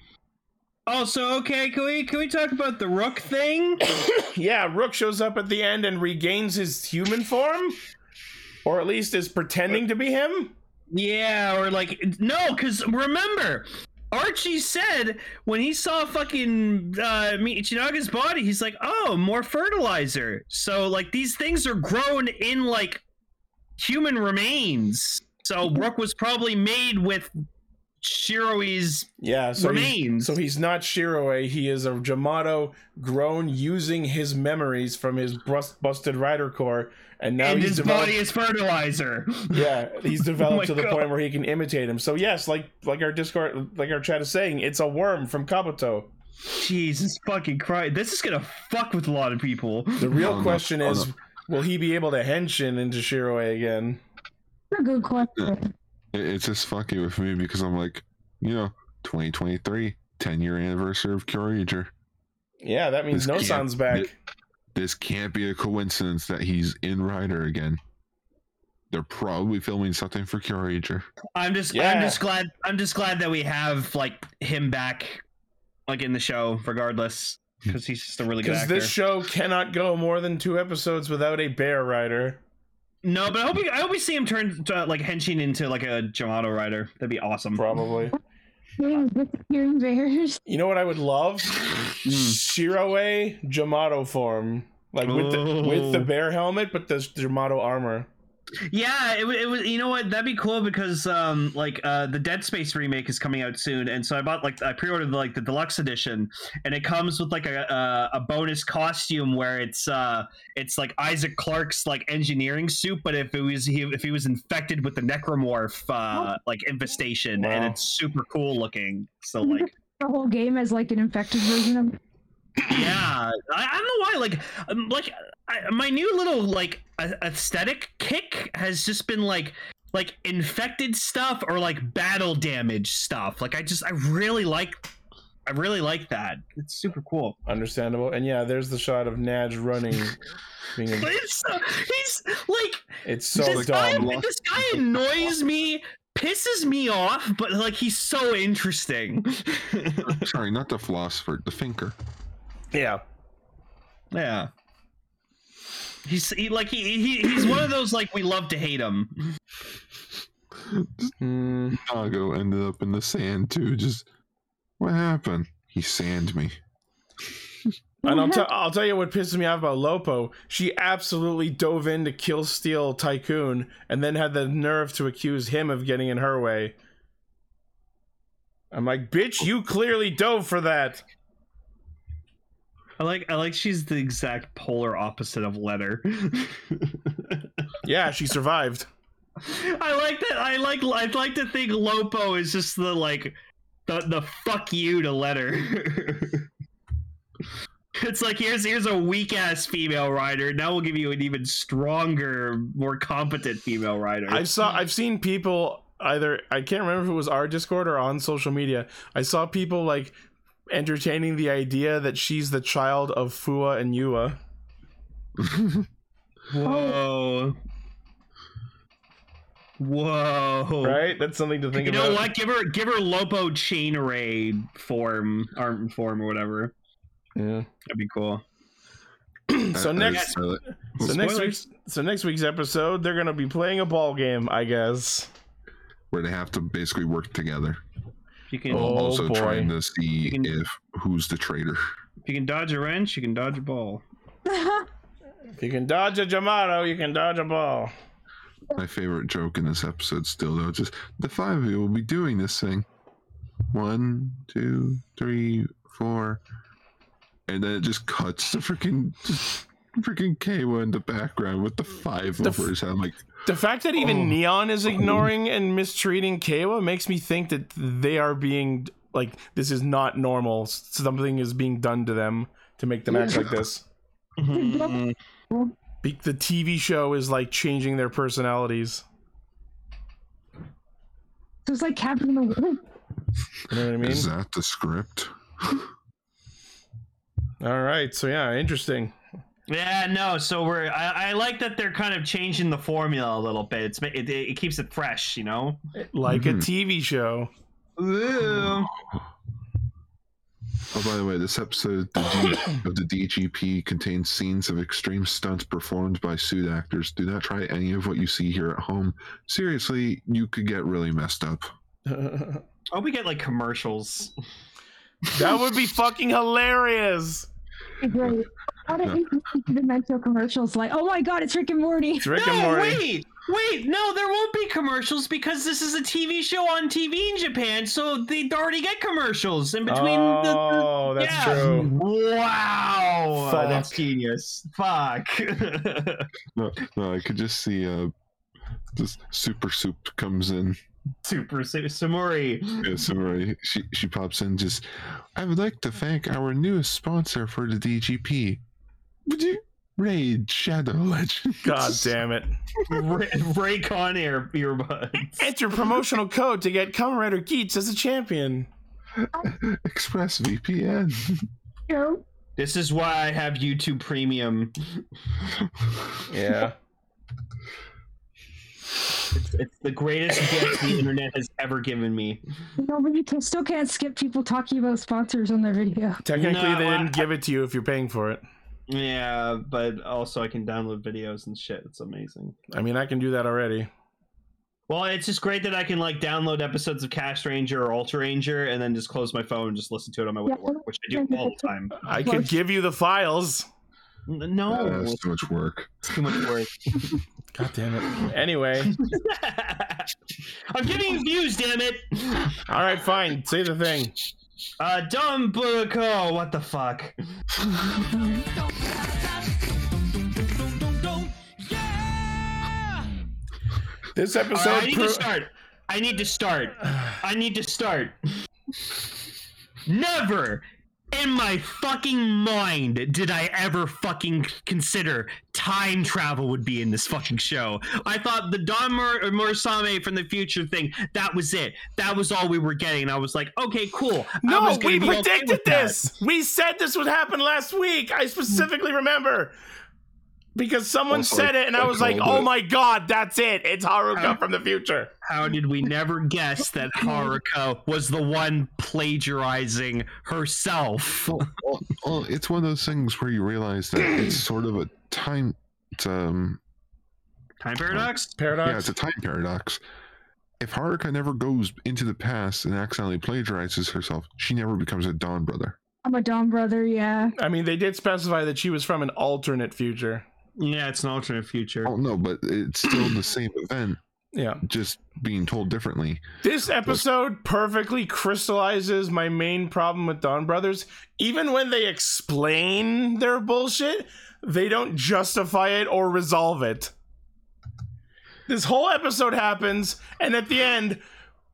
Speaker 1: Also, okay, can we can we talk about the Rook thing?
Speaker 2: Yeah, Rook shows up at the end and regains his human form, or at least is pretending to be him.
Speaker 1: Yeah, or like no, because remember, Archie said when he saw fucking uh, Michinaga's body, he's like, "Oh, more fertilizer." So like these things are grown in like human remains. So Rook was probably made with Shiroi's
Speaker 2: Yeah, so he's,
Speaker 1: Remains.
Speaker 2: so he's not Shiroe. He is a Jamato grown using his memories from his brust busted rider core, and now
Speaker 1: and
Speaker 2: he's
Speaker 1: his
Speaker 2: developed-
Speaker 1: body is fertilizer.
Speaker 2: yeah he's developed
Speaker 1: Oh my
Speaker 2: to the
Speaker 1: God.
Speaker 2: point where he can imitate him so yes like like our discord like our chat is saying it's a worm from kabuto
Speaker 1: Jesus fucking Christ! This is gonna fuck with a lot of people.
Speaker 2: the real
Speaker 3: Oh, no.
Speaker 2: question
Speaker 3: Oh,
Speaker 2: is
Speaker 3: no.
Speaker 2: will he be able to henshin into shiroe again
Speaker 10: That's a good question.
Speaker 3: it, it's just fucking with me because I'm like, you know, 2023, 10 year anniversary of Kyoryuger.
Speaker 2: yeah that means
Speaker 3: This
Speaker 2: no
Speaker 3: can't-
Speaker 2: sounds back
Speaker 3: This can't be a coincidence that he's in Rider again. They're probably filming something for Kyoryuger.
Speaker 1: I'm just
Speaker 2: Yeah.
Speaker 1: I'm just glad I'm just glad that we have like him back like in the show regardless cuz he's just a really good
Speaker 2: because
Speaker 1: actor.
Speaker 2: this show cannot go more than two episodes without a bear rider
Speaker 1: no, but I hope we, I hope we see him turn to, uh, like henching into like a Jamato rider. That'd be awesome.
Speaker 2: probably
Speaker 10: Hearing disappearing bears.
Speaker 2: you know what i would love
Speaker 3: Hmm.
Speaker 2: shiroe jamato form like with the, with the
Speaker 3: Oh.
Speaker 1: Ooh.
Speaker 2: bear helmet but the jamato armor
Speaker 1: Yeah, it, wa- it was you know what? That'd be cool because um like uh the Dead Space remake is coming out soon and so I bought like I pre-ordered like the deluxe edition and it comes with like a a, a bonus costume where it's uh it's like Isaac Clarke's like engineering suit but if it was he if he was infected with the necromorph uh like infestation
Speaker 2: Wow.
Speaker 1: and it's super cool looking. So like
Speaker 10: The whole game as like an infected version of.
Speaker 1: yeah I, I don't know why like um, like I, my new little like a- aesthetic kick has just been like like infected stuff or like battle damage stuff like i just i really like i really like that it's super cool
Speaker 2: understandable and yeah there's the shot of naj running being a
Speaker 1: but it's so, he's like
Speaker 2: It's so
Speaker 1: this, guy,
Speaker 2: dumb.
Speaker 1: this guy annoys me pisses me off but like he's so interesting
Speaker 3: Sorry, not the philosopher, the thinker.
Speaker 2: Yeah.
Speaker 1: Yeah. He's he, like he, he he's one of those like we love to hate him. Hmm.
Speaker 3: Nago ended up in the sand too. Just what happened? He sand me.
Speaker 2: And I'll, tell I'll tell you what pisses me off about Lopo. She absolutely dove in to kill Steel Tycoon and then had the nerve to accuse him of getting in her way. I'm like, bitch, you clearly dove for that.
Speaker 1: I like I like she's the exact polar opposite of Letter.
Speaker 2: Yeah, she survived.
Speaker 1: I like that. I like. I'd like to think Lopo is just the like, the the fuck you to letter. it's like here's here's a weak ass female rider. Now we'll give you an even stronger, more competent female rider.
Speaker 2: I saw I've seen people either I can't remember if it was our Discord or on social media. I saw people like entertaining the idea that she's the child of Fua and Yua.
Speaker 1: Whoa. Whoa.
Speaker 2: Right? That's something to think
Speaker 1: You
Speaker 2: about.
Speaker 1: know what? Give her give her Lopo chain ray form arm form or whatever.
Speaker 2: Yeah.
Speaker 1: That'd be cool.
Speaker 2: So
Speaker 3: I- I
Speaker 2: next-
Speaker 3: just feel it.
Speaker 2: So next
Speaker 1: Spoilers.
Speaker 2: week's so next week's episode, they're gonna be playing a ball game, I guess.
Speaker 3: where they have to basically work together.
Speaker 1: You can
Speaker 3: While
Speaker 2: Oh,
Speaker 3: also
Speaker 2: boy.
Speaker 3: trying to see
Speaker 1: can-
Speaker 3: if who's the traitor.
Speaker 1: if you can dodge a wrench, you can dodge a ball.
Speaker 2: If you can dodge a Jamato, you can dodge a ball.
Speaker 3: My favorite joke in this episode still though, just the five of you will be doing this thing. One, two, three, four. And then it just cuts to freaking freaking Kawa in the background with the five
Speaker 2: The f-
Speaker 3: over his head. I'm like,
Speaker 2: The fact that even Neon is ignoring and mistreating Keiwa makes me think that they are being like this is not normal. Something is being done to them to make them act like this. Be- the TV show is like changing their personalities.
Speaker 10: So it's like Captain America.
Speaker 2: You know what I mean?
Speaker 3: is that the script?
Speaker 2: All right. So yeah, interesting.
Speaker 1: Yeah, no. So we're. I, I like that they're kind of changing the formula a little bit. It's ma- it, it, it keeps it fresh, you know.
Speaker 2: Like a
Speaker 3: Mhm.
Speaker 2: TV show.
Speaker 1: Ooh.
Speaker 3: Oh, by the way, this episode of the, D- of the DGP contains scenes of extreme stunts performed by suit actors. Do not try any of what you see here at home. Seriously, you could get really messed up.
Speaker 2: that
Speaker 1: I hope Oh, we get like commercials.
Speaker 2: would be fucking hilarious.
Speaker 10: Great. How do interdimensional commercials like, oh my god, it's Rick and Morty?
Speaker 2: It's Rick
Speaker 1: no,
Speaker 2: and Morty.
Speaker 1: wait, wait. No, there won't be commercials because this is a TV show on TV in Japan, so they already get commercials in between. the,
Speaker 2: oh, that's
Speaker 1: yeah.
Speaker 2: true.
Speaker 1: Wow,
Speaker 2: Fuck.
Speaker 1: that's genius. Fuck.
Speaker 3: No, no, I could just see uh, this super soup comes in.
Speaker 1: Super Sa- Samuri.
Speaker 3: Yeah, sorry. She she pops in. Just, I would like to thank our newest sponsor for the DGP. Would you raid Shadow Legends?
Speaker 2: God damn it.
Speaker 1: Ray, Ray Conair earbuds.
Speaker 2: Enter promotional code to get Comrade Geets as a champion.
Speaker 3: Express VPN.
Speaker 10: No.
Speaker 1: This is why I have YouTube Premium.
Speaker 2: Yeah.
Speaker 1: It's, it's the greatest gift the internet has ever given me.
Speaker 10: No, but you can, still can't skip people talking about sponsors on their video.
Speaker 2: Technically,
Speaker 1: No,
Speaker 2: they didn't
Speaker 1: I-
Speaker 2: give it to you if you're paying for it.
Speaker 1: Yeah, but also I can download videos and shit. It's amazing.
Speaker 2: I mean, I can do that already.
Speaker 1: Well, it's just great that I can like download episodes of Cash Ranger or Ultra Ranger and then just close my phone and just listen to it on my way to work, which I do all the time.
Speaker 2: I could give you the files.
Speaker 1: N- No,
Speaker 3: That's too much work.
Speaker 1: it's too much work.
Speaker 2: God damn it. Anyway,
Speaker 1: I'm giving you views, damn it.
Speaker 2: all right, fine. Say the thing.
Speaker 1: Uh, Dumb Buko, what the fuck?
Speaker 2: This
Speaker 1: All
Speaker 2: episode.
Speaker 1: right, I need to
Speaker 2: pro-
Speaker 1: start. I need to start. I need to start. Never in my fucking mind did I ever fucking consider time travel would be in this fucking show. I thought the Don Mur- or Murasame from the future thing, that was it. That was all we were getting. And I was like, okay, cool. I was
Speaker 2: no,
Speaker 1: gonna
Speaker 2: we
Speaker 1: be okay
Speaker 2: predicted
Speaker 1: with that.
Speaker 2: this. We said this would happen last week. I specifically remember. because someone
Speaker 3: Also,
Speaker 2: said it, and I
Speaker 3: I
Speaker 2: was like,
Speaker 3: called
Speaker 2: "Oh
Speaker 3: it.
Speaker 2: my god, that's it! It's Haruka
Speaker 1: Huh.
Speaker 2: from the future."
Speaker 1: How did we never guess that Haruka was the one plagiarizing herself?
Speaker 3: Well, it's one of those things where you realize that it's sort of a time. It's, um,
Speaker 1: Time paradox?
Speaker 11: Paradox.
Speaker 3: yeah, it's a time paradox. If Haruka never goes into the past and accidentally plagiarizes herself, she never becomes a Dawn brother.
Speaker 4: I'm a Dom brother, yeah.
Speaker 11: I mean, they did specify that she was from an alternate future.
Speaker 1: Yeah, it's an alternate future.
Speaker 3: Oh no, but it's still the same event,
Speaker 11: Yeah.
Speaker 3: just being told differently.
Speaker 2: This episode perfectly crystallizes my main problem with Dawn Brothers. Even when they explain their bullshit, they don't justify it or resolve it. This whole episode happens, and at the end,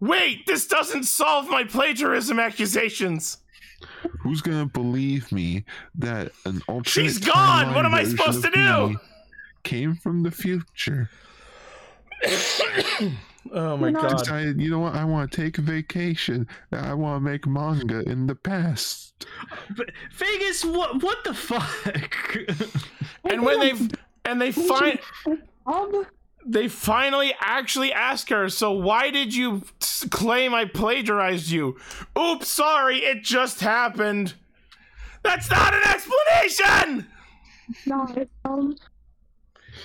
Speaker 2: wait, this doesn't solve my plagiarism accusations.
Speaker 3: Who's gonna believe me that an alternate?
Speaker 2: She's gone! What am I
Speaker 3: timeline
Speaker 2: supposed
Speaker 3: version
Speaker 2: to
Speaker 3: of
Speaker 2: do?
Speaker 3: me Came from the future.
Speaker 11: Oh my
Speaker 4: You know-
Speaker 11: god.
Speaker 3: Decided, you know what? I want to take a vacation. I want to make manga in the past.
Speaker 1: But Vegas, what what the fuck?
Speaker 2: And when they and they find
Speaker 4: Bob?
Speaker 2: they finally actually ask her, so why did you s- claim I plagiarized you? Oops, sorry, it just happened. That's not an explanation!
Speaker 4: No, it's, um,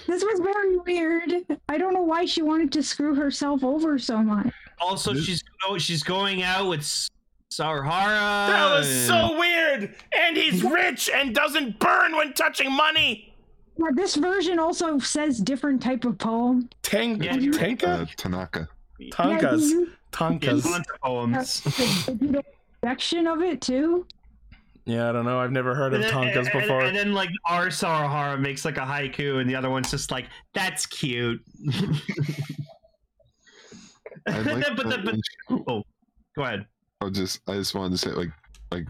Speaker 4: this was very weird. I don't know why she wanted to screw herself over so much.
Speaker 1: also, she's oh, she's going out with S- Sarhara.
Speaker 2: That was
Speaker 1: and-
Speaker 2: so weird! And he's rich and doesn't burn when touching money!
Speaker 4: Now, this version also says different type of poem.
Speaker 11: Tang-
Speaker 1: Yeah, you're right.
Speaker 3: Uh,
Speaker 11: Tanka?
Speaker 3: Tanaka.
Speaker 4: Yeah, they
Speaker 11: Tankas.
Speaker 4: use
Speaker 1: Yeah,
Speaker 11: Tankas.
Speaker 1: lots of poems.
Speaker 4: the- the Section of it too.
Speaker 11: Yeah, I don't know. I've never heard of
Speaker 1: And then-
Speaker 11: Tonkas
Speaker 1: and-
Speaker 11: before.
Speaker 1: And, then like our Sarahara makes like a haiku, and the other one's just like, "That's cute."
Speaker 3: I like
Speaker 1: But the-
Speaker 3: that
Speaker 1: but-
Speaker 3: when
Speaker 1: oh, go ahead.
Speaker 3: I just I just wanted to say like like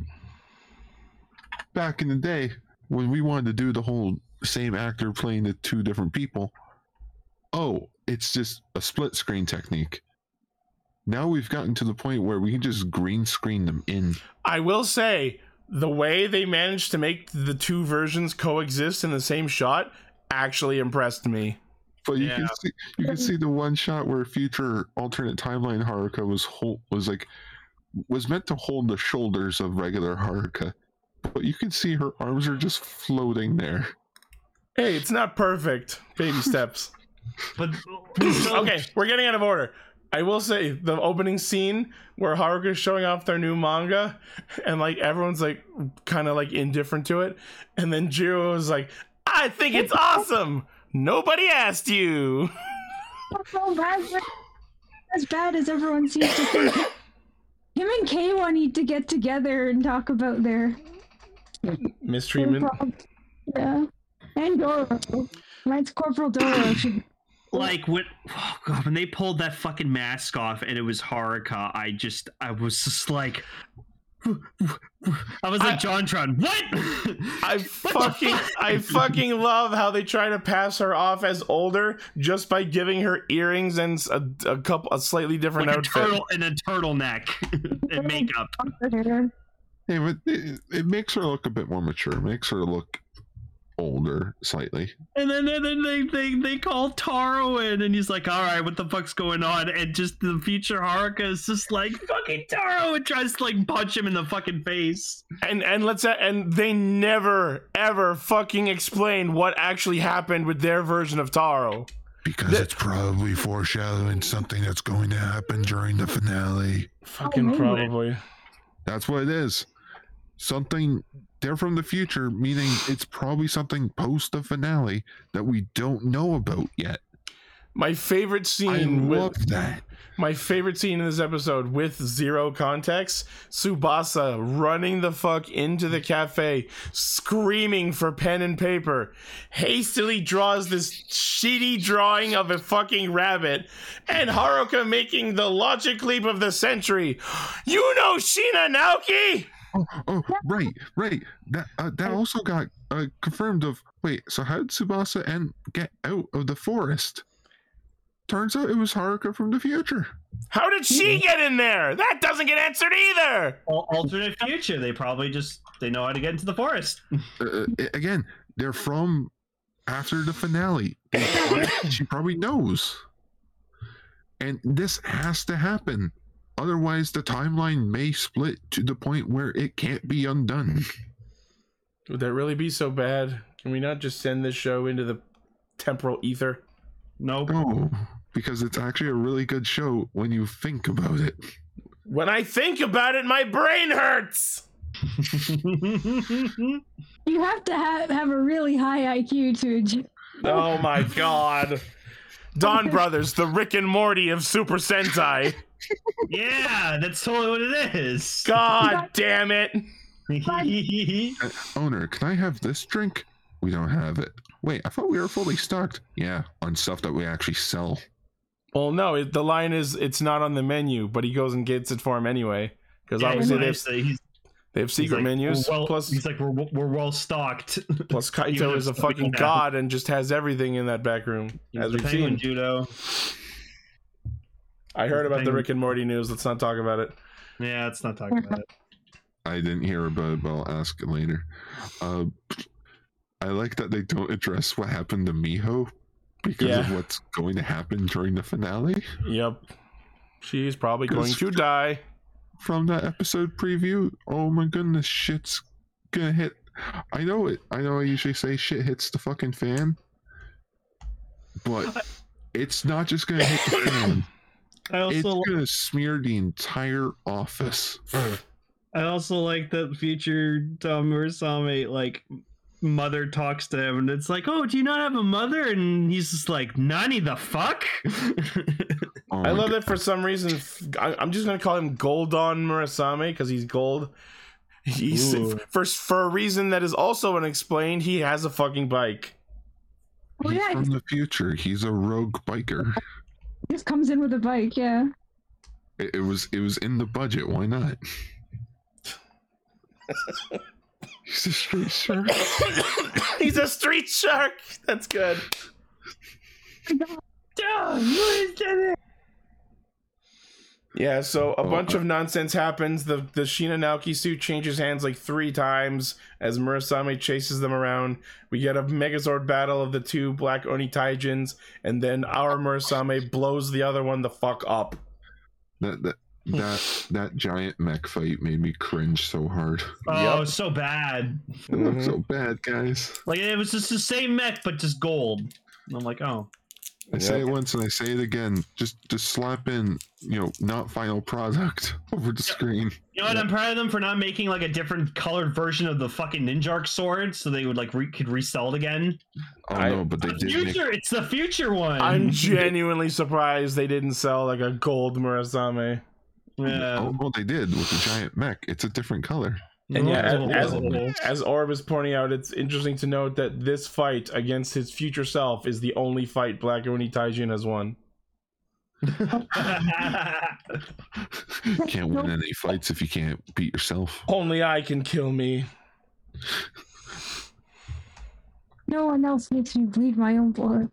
Speaker 3: back in the day when we wanted to do the whole same actor playing the two different people. Oh, it's just a split screen technique. Now we've gotten to the point where we can just green screen them in.
Speaker 2: I will say, the way they managed to make the two versions coexist in the same shot actually impressed me.
Speaker 3: But you
Speaker 1: Yeah.
Speaker 3: can see you can see the one shot where future alternate timeline Haruka was hold, was like was meant to hold the shoulders of regular Haruka. But you can see her arms are just floating there.
Speaker 2: Hey, it's not perfect. Baby steps.
Speaker 1: But
Speaker 2: okay, we're getting out of order. I will say the opening scene where Haruka's showing off their new manga, and like everyone's like kind of like indifferent to it, and then Jiro is like, "I think it's awesome. Nobody asked you."
Speaker 4: So bad, as bad as everyone seems to think. Him and K1 need to get together and talk about their
Speaker 11: Mistreatment.
Speaker 4: Yeah. And Doro. Mine's Corporal Doro. Should...
Speaker 1: like when oh God, when they pulled that fucking mask off and it was Haruka, I just I was just like I was like Jontron, what?
Speaker 2: I fucking, I fucking love how they try to pass her off as older just by giving her earrings and s- a, a couple, a slightly different
Speaker 1: like a
Speaker 2: outfit.
Speaker 1: turtle and a turtleneck and makeup.
Speaker 3: Yeah, but it, it makes her look a bit more mature. It makes her look older slightly.
Speaker 1: And then, then, then they, they they call Taro in and he's like, Alright, what the fuck's going on? And just the future Haruka is just like fucking Taro and tries to like punch him in the fucking face.
Speaker 2: and and let's uh, and they never ever fucking explain what actually happened with their version of Taro.
Speaker 3: Because it's probably foreshadowing something that's going to happen during the finale.
Speaker 11: Fucking
Speaker 4: Oh,
Speaker 11: probably.
Speaker 3: That's what it is. Something they're from the future, meaning it's probably something post the finale that we don't know about yet.
Speaker 2: My favorite
Speaker 3: I
Speaker 2: scene
Speaker 3: love
Speaker 2: with
Speaker 3: that.
Speaker 2: my favorite scene in this episode with zero context, Subasa running the fuck into the cafe, screaming for pen and paper, hastily draws this shitty drawing of a fucking rabbit, and Haruka making the logic leap of the century. You know Shina Naoki!
Speaker 3: Oh, oh, right, right. That uh, that also got uh, confirmed. Of wait, so how did Tsubasa and get out of the forest? Turns out it was Haruka from the future.
Speaker 2: How did she get in there? That doesn't get answered either.
Speaker 1: Al- Alternate future, they probably just they know how to get into the forest.
Speaker 3: Uh, uh, again, they're from after the finale. And probably- she probably knows. And this has to happen. Otherwise, the timeline may split to the point where it can't be undone.
Speaker 2: Would that really be so bad? Can we not just send this show into the temporal ether?
Speaker 1: Nope.
Speaker 3: No, because it's actually a really good show when you think about it.
Speaker 5: When I think about it, my brain hurts.
Speaker 10: You have to have, have a really high IQ to. enjoy-
Speaker 5: Oh my god. Don Brothers, the Rick and Morty of Super Sentai.
Speaker 1: yeah, that's totally what it is.
Speaker 5: God damn it.
Speaker 3: Uh, Owner, can I have this drink? We don't have it. Wait, I thought we were fully stocked. Yeah, on stuff that we actually sell.
Speaker 2: Well, no, it, the line is it's not on the menu, but he goes and gets it for him anyway. Because
Speaker 1: Yeah, he's
Speaker 2: obviously they
Speaker 1: like-
Speaker 2: have,
Speaker 1: he's-
Speaker 2: they have
Speaker 1: he's
Speaker 2: secret
Speaker 1: like,
Speaker 2: menus.
Speaker 1: we're well-
Speaker 2: plus,
Speaker 1: he's like, we're, we're well stocked.
Speaker 2: plus
Speaker 1: even
Speaker 2: Kaito
Speaker 1: if
Speaker 2: is a
Speaker 1: it's something
Speaker 2: fucking
Speaker 1: bad.
Speaker 2: god and just has everything in that back room,
Speaker 1: He's
Speaker 2: as
Speaker 1: the
Speaker 2: we've
Speaker 1: penguin
Speaker 2: seen.
Speaker 1: judo.
Speaker 2: I heard
Speaker 1: the
Speaker 2: about the
Speaker 1: penguin.
Speaker 2: Rick and Morty news. Let's not talk about it.
Speaker 1: Yeah, let's not talk about it.
Speaker 3: I didn't hear about it, but I'll ask it later. Uh, I like that they don't address what happened to Miho because of
Speaker 2: Yeah.
Speaker 3: what's going to happen during the finale.
Speaker 2: Yep. She's probably
Speaker 3: Good
Speaker 2: going to die.
Speaker 3: From that episode preview, oh my goodness, shit's gonna hit. I know it. I know I usually say shit hits the fucking fan, but it's not just gonna hit the fan.
Speaker 1: I
Speaker 3: It's
Speaker 1: also
Speaker 3: gonna smear the entire office.
Speaker 1: I also like that future Tom Murasame like mother talks to him and it's like, oh, do you not have a mother? And he's just like, Nani the fuck?
Speaker 3: Oh
Speaker 2: I
Speaker 3: my
Speaker 2: love
Speaker 3: go-
Speaker 2: that for some reason. f- I, am just gonna call him Goldon Murasame because he's gold. He's
Speaker 1: Ooh.
Speaker 2: for for a reason that is also unexplained. He has a fucking bike.
Speaker 10: Well,
Speaker 3: He's
Speaker 10: yeah,
Speaker 3: from the future. He's a rogue biker.
Speaker 10: he just comes in with a bike. Yeah.
Speaker 3: It, it was it was in the budget. Why not? He's a straight shark.
Speaker 5: He's a street shark. That's good.
Speaker 2: Yeah. So a
Speaker 3: Oh,
Speaker 2: bunch
Speaker 3: I-
Speaker 2: of nonsense happens. The the Shina Naoki suit changes hands like three times as Murasame chases them around. We get a Megazord battle of the two Black Oni Taijins, and then our Murasame blows the other one the fuck up.
Speaker 3: That that that that giant mech fight made me cringe so hard.
Speaker 1: oh, so bad.
Speaker 3: It
Speaker 2: Mm-hmm.
Speaker 3: looked so bad, guys.
Speaker 1: Like it was just the same mech, but just gold. And I'm like, oh.
Speaker 3: I say it once and I say it again. Just just slap in, you know, not final product over the screen.
Speaker 1: You know what? I'm proud of them for not making like a different colored version of the fucking Ninjark sword, so they would like re- could resell it again.
Speaker 3: Oh
Speaker 2: I-
Speaker 3: no, but they
Speaker 1: The
Speaker 3: did. Make,
Speaker 1: future, it's the future one.
Speaker 2: I'm genuinely surprised they didn't sell like a gold Murasame.
Speaker 1: yeah.
Speaker 3: oh, well, they did with the giant mech. It's a different color.
Speaker 2: And yeah,
Speaker 1: Oh,
Speaker 2: as,
Speaker 1: oh,
Speaker 2: as, as Orb is pointing out, it's interesting to note that this fight against his future self is the only fight Black Oni Taijin has won.
Speaker 1: oh.
Speaker 3: can't win any fights if you can't beat yourself.
Speaker 2: Only I can kill me.
Speaker 10: No one else makes me bleed my own blood.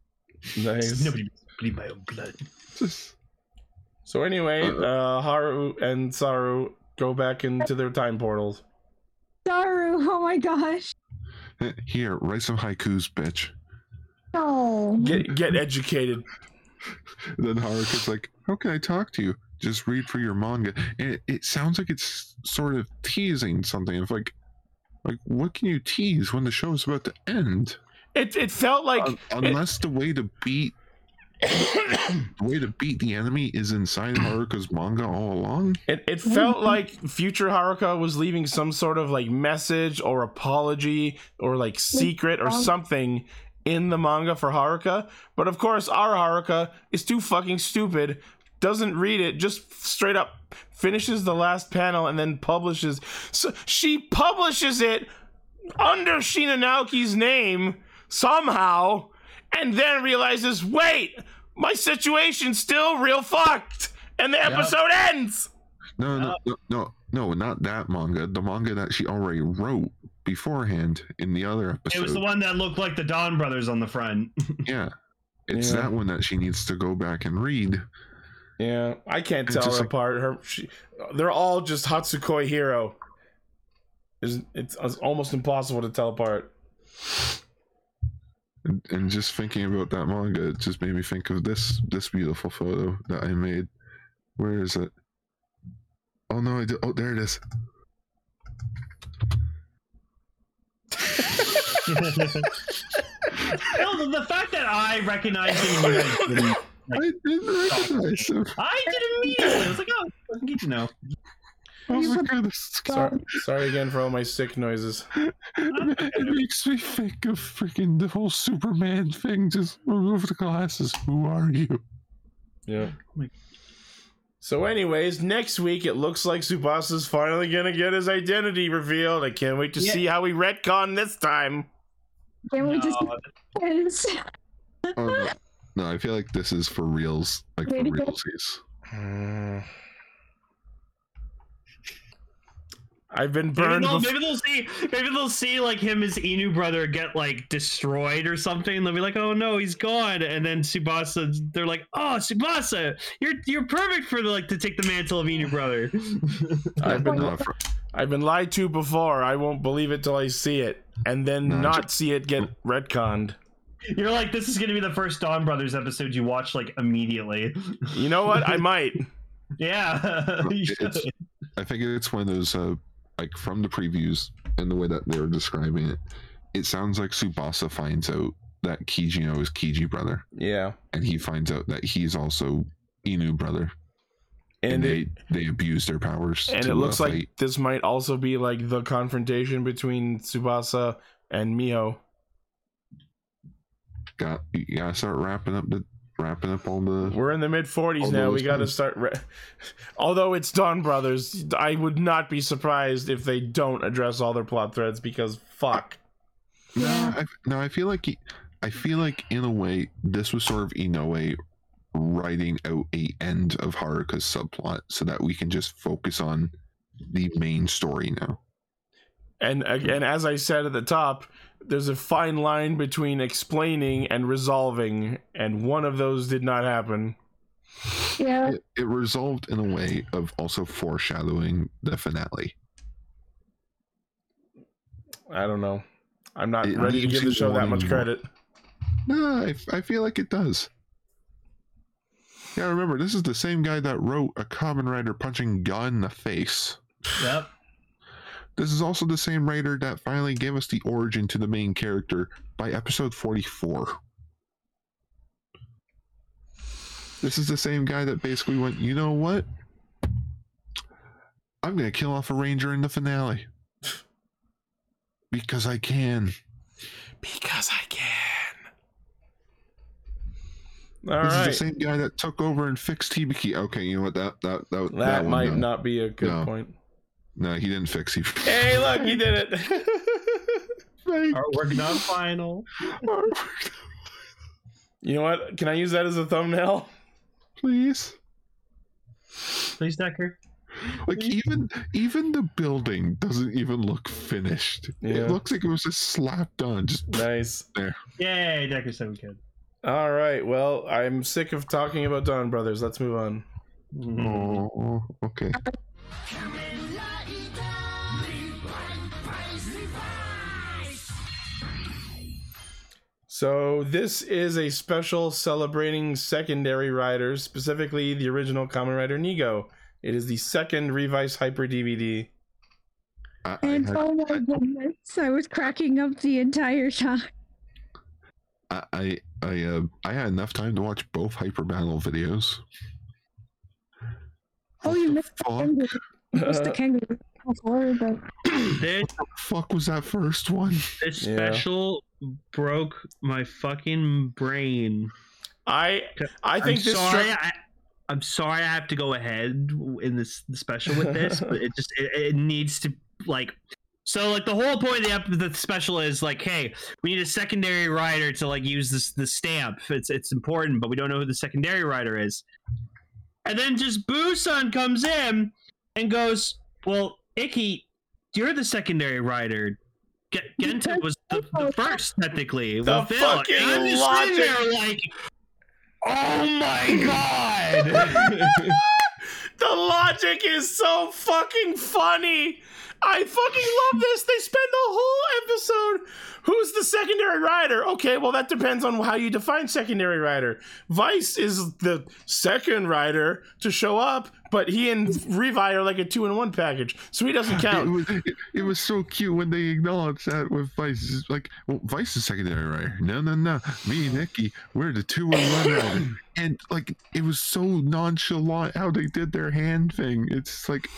Speaker 2: Nice.
Speaker 1: Nobody bleed my own blood.
Speaker 3: Just
Speaker 2: So anyway, uh, Haru and Saru go back into their time portals.
Speaker 10: Daru, oh my gosh.
Speaker 3: here, write some haikus, bitch.
Speaker 10: No.
Speaker 2: Get get educated.
Speaker 3: then Haruka's like, "How can I talk to you? Just read for your manga." And it, it sounds like it's sort of teasing something. It's like, like what can you tease when the show is about to end?
Speaker 5: It, it felt like
Speaker 3: Un- unless the way to beat the way to beat the enemy is inside Haruka's manga all along.
Speaker 2: It, it felt like future Haruka was leaving some sort of like message or apology or like secret or something in the manga for Haruka. But of course, our Haruka is too fucking stupid, doesn't read it, just straight up finishes the last panel and then publishes. So she publishes it under Shina Naoki's name somehow and then realizes wait, my situation's still real fucked. And the episode ends.
Speaker 3: No, no, no, no, no, not that manga. The manga that she already wrote beforehand in the other episode.
Speaker 1: It was the one that looked like the Don Brothers on the front.
Speaker 3: Yeah, it's
Speaker 2: Yeah.
Speaker 3: that one that she needs to go back and read.
Speaker 2: Yeah, I can't
Speaker 3: It's
Speaker 2: tell her
Speaker 3: just like-
Speaker 2: apart. Her, she, they're all just Hatsukoi Hero. It's, it's, it's almost impossible to tell apart.
Speaker 3: And, and just thinking about that manga, it just made me think of this this beautiful photo that I made. Where is it? Oh no! I did, oh, there it is.
Speaker 1: No, the fact that I recognized him, and you guys didn't, like,
Speaker 3: I didn't recognize him.
Speaker 1: I did immediately. I was like, oh, fucking good to know.
Speaker 3: Oh my goodness!
Speaker 2: Sorry, sorry again for all my sick noises.
Speaker 3: It makes me think of freaking the whole Superman thing. Just remove the glasses. Who are you?
Speaker 2: Yeah. So, anyways, next week it looks like Subasa's finally gonna get his identity revealed. I can't wait to
Speaker 1: Yeah.
Speaker 2: see how we retcon this time.
Speaker 10: Can't we just
Speaker 1: No,
Speaker 10: because
Speaker 3: Oh, no. no, I feel like this is for reals. Like for
Speaker 10: Way to go.
Speaker 3: realsies.
Speaker 2: Hmm. I've been
Speaker 1: Maybe
Speaker 2: burned.
Speaker 1: they'll,
Speaker 2: before.
Speaker 1: maybe they'll see. Maybe they'll see like him his Inu brother get like destroyed or something. They'll be like, "Oh no, he's gone!" And then Subasa, they're like, "Oh, Subasa, you're you're perfect for like to take the mantle of Inu brother."
Speaker 2: I've been
Speaker 3: Not for-
Speaker 2: I've been lied to before. I won't believe it till I see it, and then
Speaker 3: No,
Speaker 2: not see it get retconned.
Speaker 1: you're like, "This is gonna be the first Dawn Brothers episode you watch like immediately."
Speaker 2: You know what? I might.
Speaker 1: Yeah, you should.
Speaker 3: It's- I think it's one of those uh, like from the previews and the way that they're describing it. It sounds like Subasa finds out that Kijino is Kiji brother,
Speaker 2: Yeah,
Speaker 3: and he finds out that he's also Inu brother,
Speaker 2: and,
Speaker 3: and,
Speaker 2: it,
Speaker 3: they they abuse their powers.
Speaker 2: and
Speaker 3: to,
Speaker 2: it
Speaker 3: uh,
Speaker 2: looks like
Speaker 3: fight.
Speaker 2: this might also be like the confrontation between Tsubasa and Miho.
Speaker 3: got you gotta start wrapping up the wrapping up all the.
Speaker 2: We're in the mid 40s
Speaker 3: All
Speaker 2: now.
Speaker 3: those
Speaker 2: We got to
Speaker 3: things.
Speaker 2: start. Re- Although it's Dawn Brothers, I would not be surprised if they don't address all their plot threads because fuck.
Speaker 3: No, I, no, I feel like he- I feel like in a way this was sort of Inoue writing out a end of Haruka's subplot so that we can just focus on the main story now.
Speaker 2: And and as I said at the top, there's a fine line between explaining and resolving, and one of those did not happen.
Speaker 10: yeah,
Speaker 3: it, it resolved in a way of also foreshadowing the finale.
Speaker 2: I don't know. I'm not
Speaker 3: It
Speaker 2: ready to
Speaker 3: leaves
Speaker 2: give the
Speaker 3: you
Speaker 2: show that much
Speaker 3: wanting more.
Speaker 2: credit.
Speaker 3: No, I, I feel like it does. Yeah, remember this is the same guy that wrote a common writer punching God in the face.
Speaker 1: yep.
Speaker 3: This is also the same writer that finally gave us the origin to the main character by episode 44. This is the same guy that basically went, you know what? I'm going to kill off a ranger in the finale. Because I can.
Speaker 2: Because I can. All
Speaker 3: this
Speaker 2: right.
Speaker 3: is the same guy that took over and fixed Hibiki. Okay, you know what? That that that, that,
Speaker 2: that
Speaker 3: one,
Speaker 2: might
Speaker 3: no.
Speaker 2: not be a good
Speaker 3: No.
Speaker 2: point.
Speaker 3: No, he didn't fix Hibiki.
Speaker 2: Hey, look, he did it.
Speaker 1: Artwork not final.
Speaker 2: you know what? Can I use that as a thumbnail?
Speaker 3: Please.
Speaker 1: Please, Decker.
Speaker 3: Like even even the building doesn't even look finished.
Speaker 2: Yeah.
Speaker 3: It looks like it was just slapped on. Just
Speaker 2: Nice.
Speaker 1: Yay, Decker said we could.
Speaker 2: All right. Well, I'm sick of talking about Dawn Brothers. Let's move on.
Speaker 1: Mm-hmm.
Speaker 3: oh, okay.
Speaker 2: So this is a special celebrating secondary riders, specifically the original Kamen Rider Nego. It is the second Revice Hyper DVD.
Speaker 3: I, I,
Speaker 10: and
Speaker 3: had-
Speaker 10: oh my goodness, I was cracking up the entire time.
Speaker 3: I I I, uh, I had enough time to watch both Hyper Battle videos.
Speaker 10: Oh, you missed the
Speaker 3: Fuck,
Speaker 10: kangaroo. You missed the
Speaker 2: Uh,
Speaker 10: kangaroo. Before, but
Speaker 1: This,
Speaker 3: fuck was that first one?
Speaker 1: this
Speaker 2: Yeah.
Speaker 1: special broke my fucking brain.
Speaker 2: I I think
Speaker 1: I'm
Speaker 2: this
Speaker 1: sorry.
Speaker 2: stri-
Speaker 1: I, I'm sorry. I have to go ahead in this special with this, but it just it, it needs to like. So like the whole point of the, ep- the special is like, hey, we need a secondary rider to like use this the stamp. It's it's important, but we don't know who the secondary rider is. And then just Busan comes in and goes, "Well, Icky, you're the secondary rider. G- Genta was the, the first technically.
Speaker 2: The
Speaker 1: Phil,
Speaker 2: fucking
Speaker 1: and I'm just sitting there like, Oh my god!
Speaker 2: the logic is so fucking funny. I fucking love this. They spend the whole episode. Who's the secondary rider? Okay, well that depends on how you define secondary rider. Vice is the second rider to show up, but he and Revi are like a two in one package, so he doesn't
Speaker 3: It
Speaker 2: count.
Speaker 3: was, it, it was so cute when they acknowledged that with Vice. It's Like, well, Vice is secondary rider. No, no, no. Me and Nikki, we're the two and one rider. And, like, it was so nonchalant how they did their hand thing. It's like,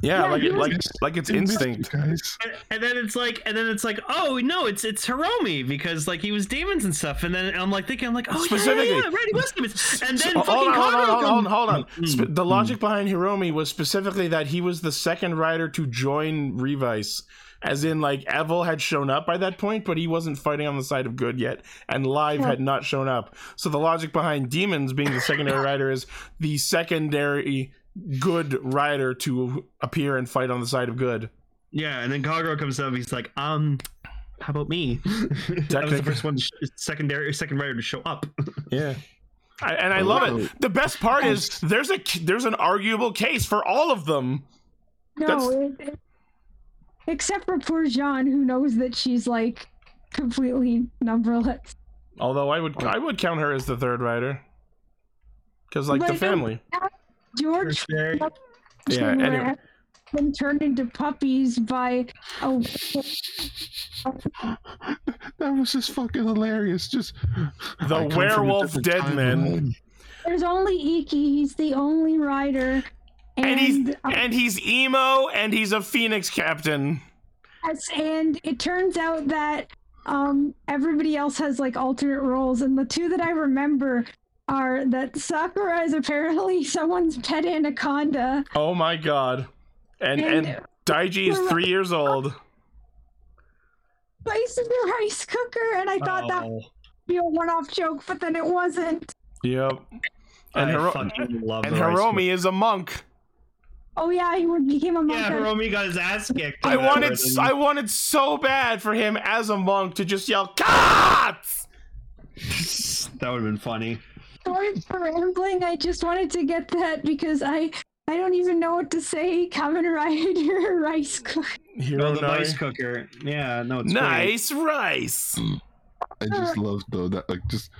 Speaker 2: Yeah,
Speaker 4: Yeah,
Speaker 2: like
Speaker 4: he was-
Speaker 2: like like it's instinct.
Speaker 3: guys.
Speaker 1: And- and then it's like and then it's like oh no it's it's Hiromi because like he was demons and stuff and then I'm like thinking I'm like oh yeah, yeah,
Speaker 2: Specifically.
Speaker 1: yeah right he was demons and then
Speaker 2: Oh,
Speaker 1: fucking Hmm.
Speaker 2: hold on, hold on,
Speaker 1: Conrad
Speaker 2: hold on, hold
Speaker 1: comes-
Speaker 2: on, hold on. Sp- the logic behind Hiromi was specifically that he was the second rider to join Revice. As in, like, Evil had shown up by that point, but he wasn't fighting on the side of good yet, and Live had not shown up. So the logic behind Demons being the secondary rider is the secondary good rider to appear and fight on the side of good.
Speaker 1: yeah and then Kagura comes up he's like um how about me I was the
Speaker 2: Technic-
Speaker 1: first one to sh- secondary second writer to show up
Speaker 12: Yeah.
Speaker 2: I, and I love it. The best part is there's a there's an arguable case for all of them.
Speaker 4: No, it, it- except for poor Jean, who knows that she's like completely numberless.
Speaker 2: Although I would I would count her as the third rider. Cause like the
Speaker 4: Like, um,
Speaker 2: family.
Speaker 4: George
Speaker 2: Yeah,
Speaker 4: who
Speaker 2: anyway.
Speaker 4: have been turned into puppies by a
Speaker 3: that was just fucking hilarious. Just
Speaker 2: The
Speaker 3: I come from a
Speaker 2: werewolf
Speaker 3: different
Speaker 2: dead man.
Speaker 3: timeline.
Speaker 4: there's only Iki, he's the only rider. And,
Speaker 2: And um, he's
Speaker 4: uh,
Speaker 2: and he's emo and he's a phoenix captain.
Speaker 4: yes, and it turns out that um everybody else has like alternate roles and the two that I remember are that Sakura is apparently someone's pet anaconda
Speaker 2: Oh my god. And and
Speaker 4: And-
Speaker 2: Daiji is three years old.
Speaker 4: place in the rice cooker and I thought that would
Speaker 1: Oh,
Speaker 4: be a one-off joke but then it wasn't.
Speaker 2: Yep. And,
Speaker 1: I
Speaker 2: Hiro-
Speaker 1: fucking love
Speaker 2: and
Speaker 1: the rice
Speaker 2: Hiromi is a monk.
Speaker 4: Oh yeah, he would became a monk.
Speaker 1: Yeah, Hiromi got his ass kicked.
Speaker 2: I
Speaker 1: in that
Speaker 2: wanted
Speaker 1: rhythm.
Speaker 2: I wanted so bad for him as a monk to just yell cats.
Speaker 1: that would have been funny.
Speaker 4: Sorry for rambling. I just wanted to get that because I I don't even know what to say. Kamen Rider rice cooker.
Speaker 1: Oh,
Speaker 2: Hiro
Speaker 1: the rice cooker. Yeah, no, it's great.
Speaker 2: Nice rice.
Speaker 3: I just love though that like just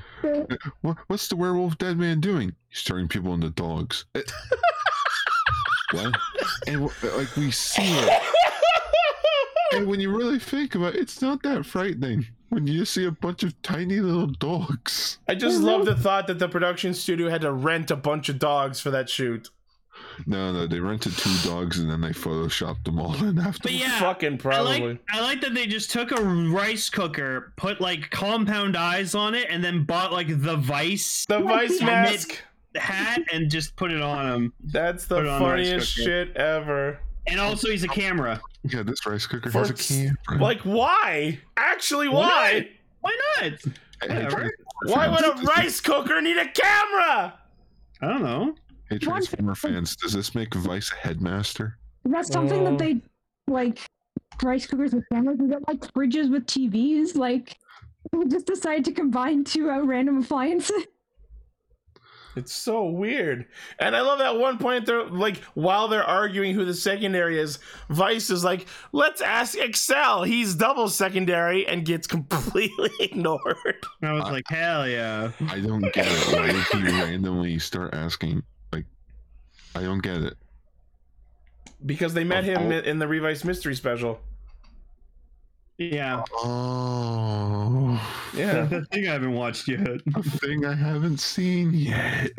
Speaker 3: what, what's the werewolf dead man doing? He's turning people into dogs. Eh. what? And w- like we see it. And when you really think about it, it's not that frightening when you just see a bunch of tiny little dogs.
Speaker 2: I just love the thought that the production studio had to rent a bunch of dogs for that shoot.
Speaker 3: No, no, they rented two dogs and then they photoshopped them all in after.
Speaker 1: But yeah,
Speaker 2: Fucking
Speaker 1: I
Speaker 2: probably.
Speaker 1: like I like that they just took a rice cooker, put like compound eyes on it, and then bought like the vice
Speaker 2: the vice
Speaker 1: I
Speaker 2: mask.
Speaker 1: hat and just put it on him.
Speaker 2: That's the
Speaker 1: Put it on the rice
Speaker 2: funniest
Speaker 1: cooker.
Speaker 2: shit ever.
Speaker 1: And also, he's a camera.
Speaker 3: Yeah, this rice cooker
Speaker 2: For
Speaker 3: has a
Speaker 2: s-
Speaker 3: camera.
Speaker 2: Like why? Actually, why?
Speaker 1: Why not?
Speaker 3: Hey,
Speaker 1: whatever.
Speaker 2: Why would a
Speaker 3: Transformer-
Speaker 2: rice cooker need a camera?
Speaker 1: I don't know.
Speaker 3: Hey, Transformer fans, does this make Vice a headmaster?
Speaker 4: That's something
Speaker 2: Oh.
Speaker 4: that they like rice cookers with cameras. We got like fridges with TVs. Like we just decided to combine two uh, random appliances.
Speaker 2: It's so weird. And I love that one point they're like while they're arguing who the secondary is, Vice is like, let's ask Excel. He's double secondary and gets completely ignored.
Speaker 1: And I was like, hell yeah.
Speaker 3: I don't get it. Why did he randomly start asking? Like, I don't get it.
Speaker 2: Because they met
Speaker 1: Oh.
Speaker 2: him in the Revice Mystery Special.
Speaker 1: Yeah,
Speaker 3: Oh,
Speaker 2: Yeah.
Speaker 1: the thing I haven't watched yet.
Speaker 3: a thing I haven't seen yet.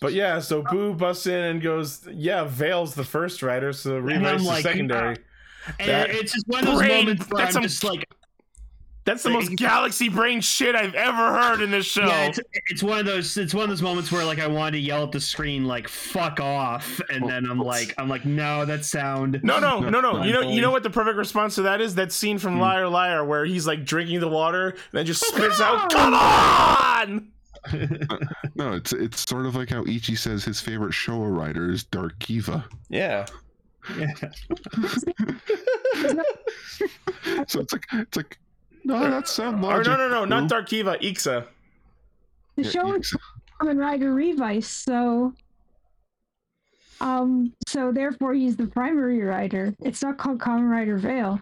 Speaker 2: But yeah, so Boo busts in and goes, "Yeah, Vale's the first rider, so
Speaker 1: And I'm
Speaker 2: Revice is
Speaker 1: like, ah.
Speaker 2: secondary."
Speaker 1: And
Speaker 2: That
Speaker 1: it's just one of those
Speaker 2: brain-
Speaker 1: moments where I'm
Speaker 2: that's some-
Speaker 1: just like,
Speaker 2: That's the most galaxy brain shit I've ever heard in this show.
Speaker 1: Yeah, it's, it's one of those. It's one of those moments where like I wanted to yell at the screen, like "fuck off," and then I'm like, I'm like, no, that sound.
Speaker 2: no, no, no, no. Hmm. You know,
Speaker 3: Mind
Speaker 2: you know what the perfect response to that is? That scene from Liar Liar where he's like drinking the water and then just
Speaker 1: Oh,
Speaker 2: spits out, "Come on!"
Speaker 3: no, it's it's sort of like how Ichi says his favorite Showa writer is Dark Kiva.
Speaker 2: Yeah,
Speaker 3: So it's like it's like no, that's sound
Speaker 2: or
Speaker 3: logic.
Speaker 2: no, no, no, not Dark Kiva, Ixa.
Speaker 4: The
Speaker 3: Yeah,
Speaker 4: show
Speaker 3: you-
Speaker 4: is Kamen Rider Revice, so Um, so therefore, he's the primary rider. It's not called Common Rider Vale.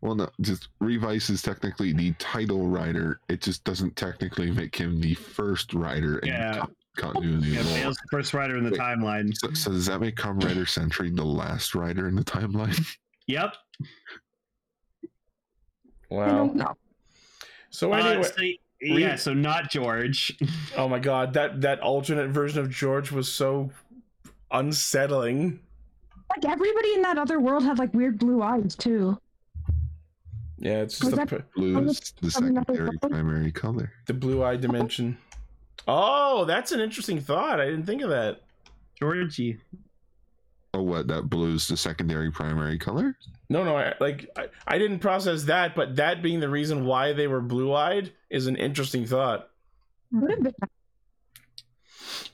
Speaker 3: Well, no, just Revice is technically the title rider. It just doesn't technically make him the first rider in
Speaker 1: Yeah.
Speaker 3: co- continuity.
Speaker 1: Yeah,
Speaker 3: lore.
Speaker 1: Vale's the first rider in the
Speaker 3: Wait.
Speaker 1: timeline.
Speaker 3: So, so does that make Kamen Rider Sentry the last rider in the timeline?
Speaker 1: Yep.
Speaker 4: I
Speaker 2: Wow.
Speaker 4: don't know.
Speaker 2: So
Speaker 1: Uh,
Speaker 2: anyway,
Speaker 1: so- yeah, so not George.
Speaker 2: oh my god, that that alternate version of George was so unsettling.
Speaker 4: Like everybody in that other world had like weird blue eyes too.
Speaker 2: Yeah, it's
Speaker 4: Was
Speaker 2: just the,
Speaker 4: that-
Speaker 2: p-
Speaker 3: Blue
Speaker 4: I'm
Speaker 3: is the
Speaker 4: I'm not
Speaker 3: secondary
Speaker 4: alone.
Speaker 3: primary color.
Speaker 2: the blue eye dimension. Oh, that's an interesting thought. I didn't think of that.
Speaker 1: Georgie.
Speaker 3: Oh, what? That blue is the secondary primary color?
Speaker 2: No, no, I, like I, I didn't process that, but that being the reason why they were blue-eyed is an interesting thought.
Speaker 4: Would have been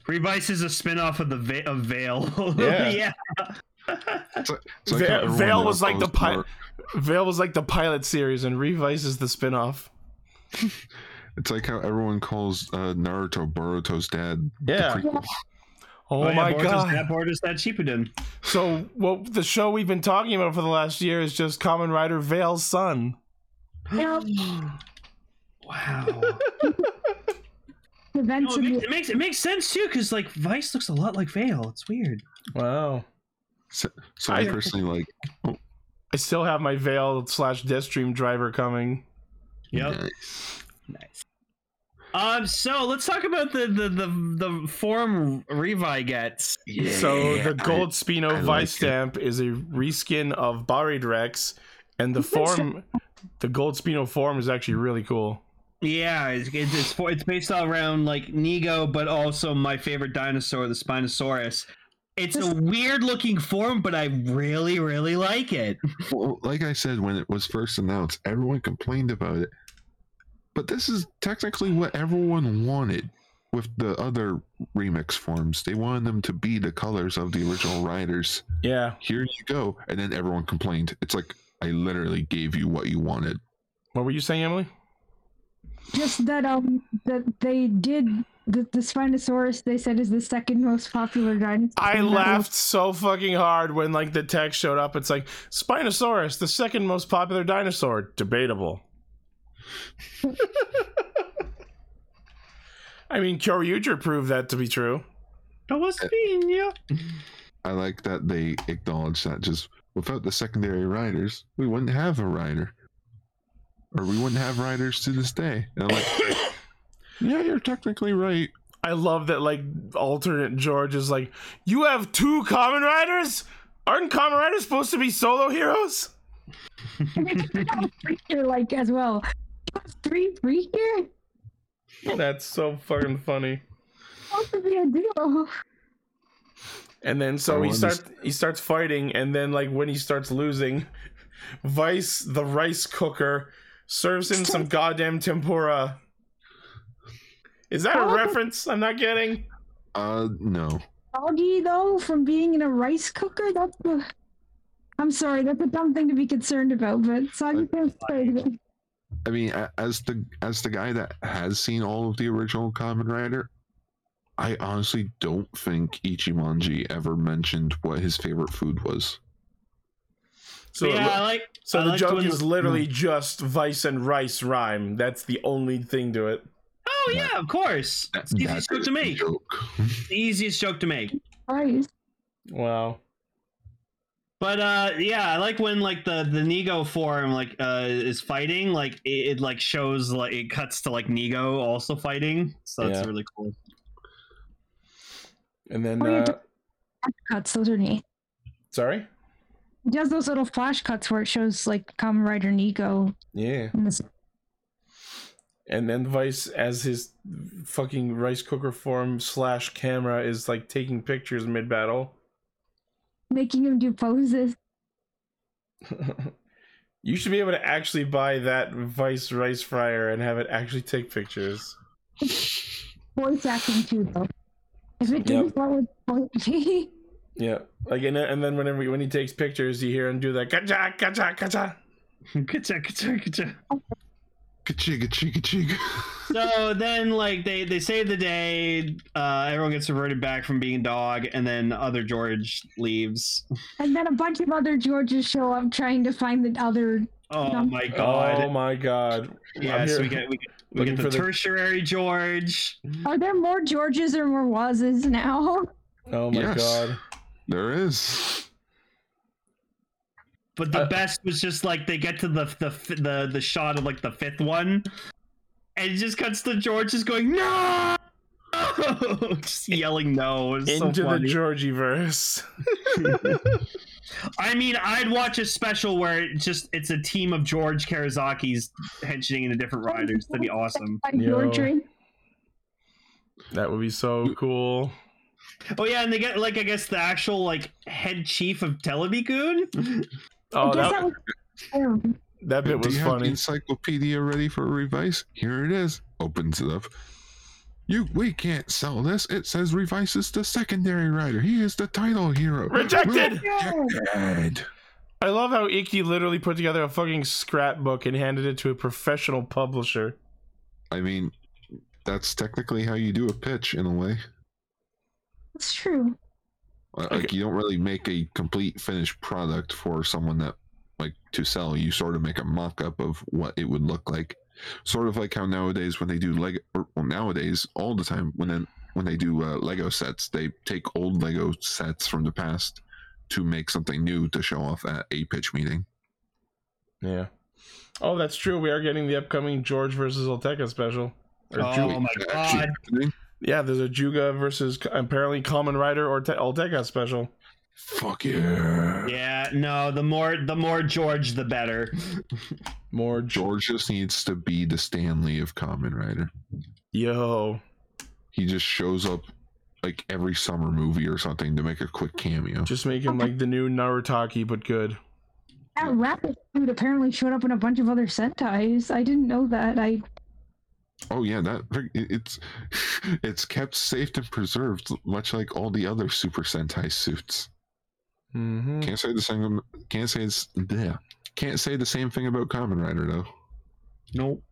Speaker 1: Revice is a spin-off of the va- of Vale.
Speaker 2: Yeah.
Speaker 3: It's like
Speaker 2: Ve-
Speaker 3: how everyone
Speaker 2: Veil
Speaker 3: now
Speaker 2: was like the
Speaker 3: calls
Speaker 2: pi-
Speaker 3: Nor-
Speaker 2: Veil was like the pilot series, and Revice is the spin-off.
Speaker 3: It's like how everyone calls uh, Naruto Boruto's dad. the
Speaker 2: Yeah.
Speaker 3: prequel.
Speaker 2: Oh,
Speaker 1: Oh, yeah,
Speaker 2: my
Speaker 1: Boruto's
Speaker 2: god.
Speaker 1: That Boruto's that Shippuden.
Speaker 2: So what the show we've been talking about for the last year is just Common Rider Vale's son.
Speaker 1: Wow. No,
Speaker 4: events
Speaker 1: it,
Speaker 4: in
Speaker 1: makes,
Speaker 4: the
Speaker 1: it makes it makes sense too, because like Vice looks a lot like Vale. It's weird.
Speaker 2: Wow.
Speaker 3: So, so I
Speaker 2: I-
Speaker 3: personally like.
Speaker 2: I still have my Vale slash Deathstream driver coming.
Speaker 1: Yep. Nice. Um. So let's talk about the the the, the form Revi gets.
Speaker 13: Yeah.
Speaker 2: so the
Speaker 3: I-
Speaker 2: gold Spino
Speaker 3: I like
Speaker 2: Vice
Speaker 3: it.
Speaker 2: stamp is a reskin of Buried Rex, and the form, the gold Spino form is actually really cool.
Speaker 1: Yeah, it's it's it's, for, it's based all around like Nego, but also my favorite dinosaur, the Spinosaurus. It's a weird looking form, but I really really like it.
Speaker 3: Well, like I said when it was first announced, everyone complained about it. But this is technically what everyone wanted with the other remix forms. They wanted them to be the colors of the original riders.
Speaker 2: Yeah.
Speaker 3: Here you go. And then everyone complained. It's like I literally gave you what you wanted.
Speaker 2: What were you saying, Emily?
Speaker 4: just that um that they did the, the Spinosaurus they said is the second most popular dinosaur.
Speaker 2: I
Speaker 4: in that
Speaker 2: laughed so fucking hard when like the text showed up. It's like Spinosaurus, the second most popular dinosaur, debatable. I mean, Kyoryuger proved that to be true.
Speaker 1: That was being yeah.
Speaker 3: I like that they acknowledge that just without the secondary riders, we wouldn't have a rider. Or we wouldn't have riders to this day. And I'm like, yeah, you're technically right.
Speaker 2: I love that like alternate George is like, you have two common riders? Aren't common riders supposed to be solo heroes?
Speaker 4: world. Free here, like as well. Three free here?
Speaker 2: That's so fucking funny.
Speaker 4: Supposed to be a duo.
Speaker 2: And then so
Speaker 3: Oh,
Speaker 2: he
Speaker 3: and
Speaker 2: starts he starts fighting, and then like when he starts losing, Vice the rice cooker serves him some goddamn tempura. Is that a reference? I'm not getting.
Speaker 3: Uh, no.
Speaker 4: Doggy though from being in a rice cooker? That's the I'm sorry, that's a dumb thing to be concerned about, but so I'm just gonna say that-
Speaker 3: I mean, a- as the as the guy that has seen all of the original Common Rider, I honestly don't think Ichimonji ever mentioned what his favorite food was.
Speaker 2: So
Speaker 1: yeah, I like
Speaker 2: so
Speaker 1: I
Speaker 2: the
Speaker 1: liked
Speaker 2: joke
Speaker 1: when-
Speaker 2: is literally just Vice and rice rhyme. That's the only thing to it.
Speaker 1: Oh yeah, of course.
Speaker 3: That-
Speaker 1: It's the easiest
Speaker 3: that
Speaker 1: joke
Speaker 3: is
Speaker 1: to
Speaker 3: the
Speaker 1: make.
Speaker 3: joke.
Speaker 1: It's the easiest joke to make.
Speaker 4: Christ.
Speaker 2: Wow.
Speaker 1: But uh, yeah, I like when like the the Nego form like uh is fighting. Like it, it like shows like it cuts to like Nego also fighting. So that's
Speaker 2: Yeah.
Speaker 1: really cool.
Speaker 2: And then
Speaker 4: Oh, you
Speaker 2: uh,
Speaker 4: do- Cuts, those are neat.
Speaker 2: sorry.
Speaker 4: He does those little flash cuts where it shows like Kamen Rider Nico
Speaker 2: Yeah.
Speaker 4: in this
Speaker 2: and then Vice as his fucking rice cooker form slash camera is like taking pictures mid battle.
Speaker 4: making him do poses.
Speaker 2: you should be able to actually buy that Vice rice fryer and have it actually take pictures.
Speaker 4: Voice acting too though. If it
Speaker 2: Yep.
Speaker 4: didn't what would voice be?
Speaker 2: Yeah, like and, then- and then whenever when he takes pictures, you hear him do that gotcha, gotcha, gotcha.
Speaker 1: Kacha, kacha, kacha.
Speaker 3: Ka-chig, ka-chig, ka-chig.
Speaker 1: so then like they they save the day uh everyone gets reverted back from being dog and then other george leaves
Speaker 10: And then a bunch of other Georges show up trying to find the other.
Speaker 1: oh
Speaker 10: Num-
Speaker 1: my
Speaker 2: Oh
Speaker 1: god
Speaker 2: my god. I'm
Speaker 1: yes
Speaker 2: here-
Speaker 1: we get we get, we
Speaker 2: looking
Speaker 1: get the
Speaker 2: for the-
Speaker 1: tertiary george
Speaker 10: Are there more Georges or more Wazes now?
Speaker 2: Oh my
Speaker 3: Yes.
Speaker 2: god.
Speaker 3: There is.
Speaker 1: but the
Speaker 2: Uh,
Speaker 1: best was just like they get to the the f- the the shot of like the fifth one and it just cuts to george just going no just yelling no It was so
Speaker 2: Into the
Speaker 1: funny.
Speaker 2: Georgie verse.
Speaker 1: I mean, I'd watch a special where it just it's a team of George Karazaki's henching into different riders. That'd be awesome.
Speaker 10: By
Speaker 2: Yo.
Speaker 10: Georgery?
Speaker 2: That would be so cool.
Speaker 1: Oh yeah, and they get like I guess the actual like head chief of Telebigoon.
Speaker 2: Oh,
Speaker 10: I guess that
Speaker 2: that,
Speaker 10: was. Um,
Speaker 2: that bit
Speaker 3: Do
Speaker 2: was
Speaker 3: you have the
Speaker 2: funny.
Speaker 3: encyclopedia ready for revise? Here it is. Opens it up. You, we can't sell this. It says Revise is the secondary rider. He is the title hero.
Speaker 5: Rejected!
Speaker 3: Rejected.
Speaker 5: I love how Icky literally put together a fucking scrapbook and handed it to a professional publisher.
Speaker 3: I mean, that's technically how you do a pitch in a way.
Speaker 10: That's true.
Speaker 3: Like you don't really make a complete finished product for someone that like to sell. You sort of make a mock up of what it would look like. Sort of like how nowadays when they do Lego or well, nowadays all the time when then when they do uh, Lego sets, they take old Lego sets from the past to make something new to show off at a pitch meeting.
Speaker 2: Yeah. Oh, that's true. We are getting the upcoming George versus Olteca special. Or Ju-
Speaker 1: oh my god!
Speaker 2: yeah, there's a Juga versus c- apparently Common Rider or Te- Olteca special.
Speaker 3: Fuck yeah.
Speaker 1: Yeah, no. The more the more George, the better.
Speaker 2: More George.
Speaker 3: George just needs to be the Stanley of Common Rider.
Speaker 2: Yo.
Speaker 3: He just shows up like every summer movie or something to make a quick cameo.
Speaker 2: Just make him like the new Narutaki, but good.
Speaker 10: That rabbit dude apparently showed up in a bunch of other Sentais. I didn't know that. I
Speaker 3: Oh yeah, that it- it's it's kept safe and preserved, much like all the other Super Sentai suits.
Speaker 2: Mm-hmm.
Speaker 3: Can't say the same. Can't say it's yeah. Can't say the same thing about Common Rider though.
Speaker 1: Nope.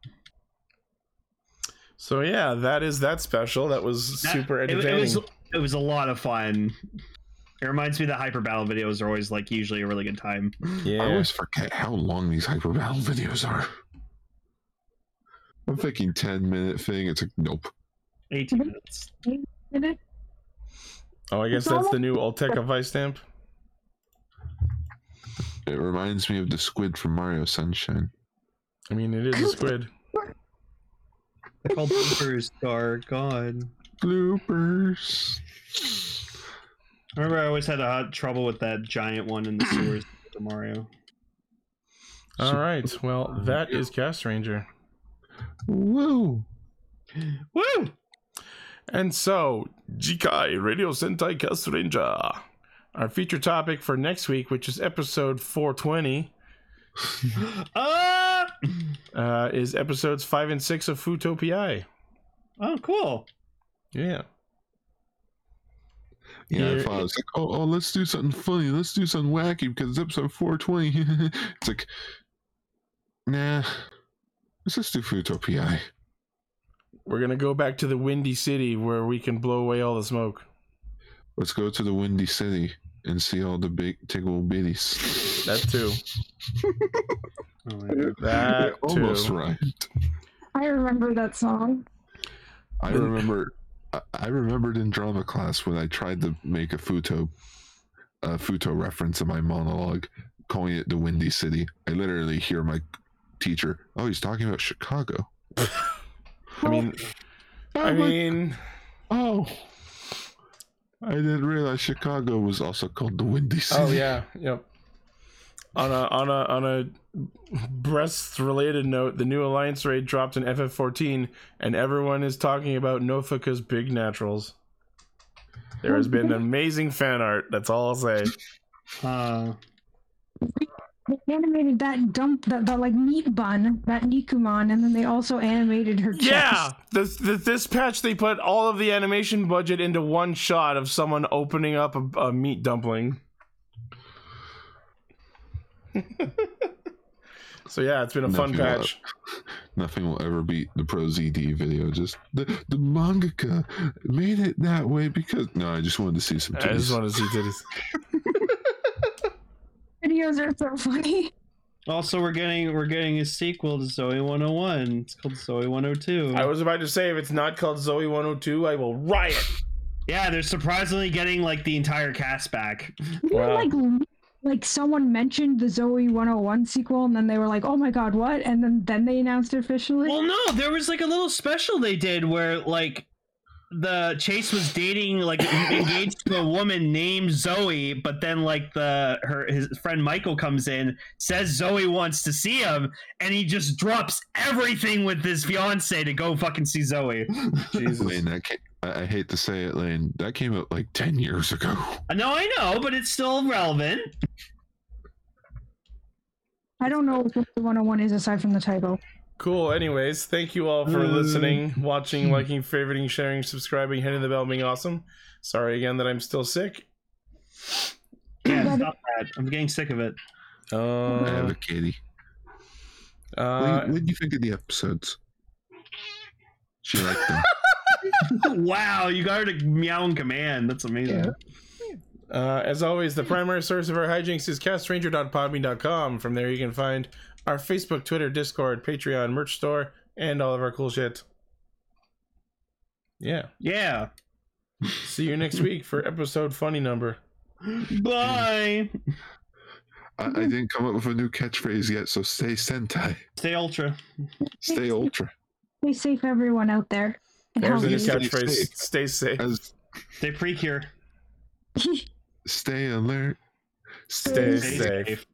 Speaker 2: So yeah, that is that special. That was
Speaker 1: That-
Speaker 2: super
Speaker 1: It, it
Speaker 2: entertaining.
Speaker 1: was it was a lot of fun. It reminds me that hyper battle videos are always like usually a really good time.
Speaker 2: yeah.
Speaker 3: I always forget how long these Hyper Battle videos are. I'm thinking ten minute thing. It's like nope.
Speaker 1: Eighteen
Speaker 2: Mhm.
Speaker 1: minutes.
Speaker 10: did it.
Speaker 2: oh, I guess that's the new Olteca Vice stamp.
Speaker 3: It reminds me of the squid from Mario Sunshine.
Speaker 2: I mean, it is a squid.
Speaker 1: They're called bloopers are gone.
Speaker 3: Bloopers.
Speaker 1: I remember I always had a hot trouble with that giant one in the sewers. with the Mario.
Speaker 2: All right. Well, that is Cast Ranger.
Speaker 3: Whoa.
Speaker 1: Woo!
Speaker 2: And so, Jikai Radio Sentai Cast Ranger. Our feature topic for next week, which is episode 420,
Speaker 1: Uh,
Speaker 2: uh, is episodes 5 and 6 of Futopii.
Speaker 1: oh, cool.
Speaker 2: Yeah.
Speaker 3: Yeah,
Speaker 2: Yeah.
Speaker 3: if I was like, oh, oh, let's do something funny, let's do something wacky because it's episode 420. it's like, nah, let's just do Futopia.
Speaker 2: We're going to go back to the Windy City where we can blow away all the smoke.
Speaker 3: Let's go to the Windy City and see all the big tickle bitties.
Speaker 2: That too.
Speaker 3: It
Speaker 1: Oh,
Speaker 2: That
Speaker 3: almost
Speaker 2: too.
Speaker 3: right.
Speaker 10: I remember that song.
Speaker 3: I remember, I- I remembered in drama class when I tried to make a Futo, a Futo reference in my monologue, calling it the Windy City. I literally hear my teacher, oh, he's talking about Chicago.
Speaker 2: I mean, I mean,
Speaker 3: Oh, I didn't realize Chicago was also called the Windy City.
Speaker 2: Oh yeah, yep. On a on a on a breast related note, the new alliance raid dropped an FF14, and everyone is talking about Nofika's big naturals. There has been amazing fan art. That's all I'll say.
Speaker 1: Uh,
Speaker 10: They animated that dump, that, that like meat bun, that Nikuman, and then they also animated her chest.
Speaker 5: Yeah, this, this this patch they put all of the animation budget into one shot of someone opening up a, a meat dumpling.
Speaker 2: So yeah, it's been a fun
Speaker 3: Nothing will-
Speaker 2: patch.
Speaker 3: Nothing will ever beat the Pro ZD video. Just the the mangaka made it that way because no, I just wanted to see some
Speaker 2: I just
Speaker 3: titties.
Speaker 2: want to see titties.
Speaker 10: Videos are so funny.
Speaker 1: Also, we're getting we're getting a sequel to Zoe 101. It's called Zoe 102.
Speaker 2: I was about to say if it's not called Zoe 102, I will riot.
Speaker 1: yeah, they're surprisingly getting like the entire cast back.
Speaker 10: You know, like like someone mentioned the Zoe 101 sequel, and then they were like, "Oh my god, what?" And then then they announced it officially.
Speaker 1: Well, no, there was like a little special they did where like the Chase was dating like engaged to a woman named Zoe, but then like the her his friend Michael comes in, says Zoe wants to see him, and he just drops everything with his fiance to go fucking see Zoe.
Speaker 3: Lane, that ca- I, I hate to say it, Lane. That came out like ten years ago.
Speaker 1: No, I know, but it's still relevant.
Speaker 10: I don't know what Zoe 101 is aside from the title.
Speaker 2: Cool. Anyways, thank you all for
Speaker 1: Mm.
Speaker 2: listening, watching, liking, favoriting, sharing, subscribing, hitting the bell, being awesome. Sorry again that I'm still sick.
Speaker 1: Yeah, stop that. I'm getting sick of it.
Speaker 3: I have
Speaker 2: Uh,
Speaker 3: a kitty.
Speaker 2: uh,
Speaker 3: what did you think of the episodes? She liked them.
Speaker 1: wow, you got her to meow in command. That's amazing.
Speaker 2: Uh, as always, the primary source of our hijinks is castranger.podbean.com. From there, you can find our Facebook, Twitter, Discord, Patreon, merch store, and all of our cool shit. Yeah.
Speaker 1: Yeah.
Speaker 2: See you next week for episode funny number.
Speaker 1: Bye.
Speaker 3: I, I didn't come up with a new catchphrase yet, so stay Sentai.
Speaker 1: Stay ultra.
Speaker 3: Stay Ultra.
Speaker 10: Stay safe, everyone out there. And
Speaker 2: There's a new
Speaker 10: healthy.
Speaker 3: Stay
Speaker 2: catchphrase.
Speaker 3: safe.
Speaker 2: Stay safe.
Speaker 3: As
Speaker 1: Stay precure.
Speaker 3: stay alert.
Speaker 2: Stay safe.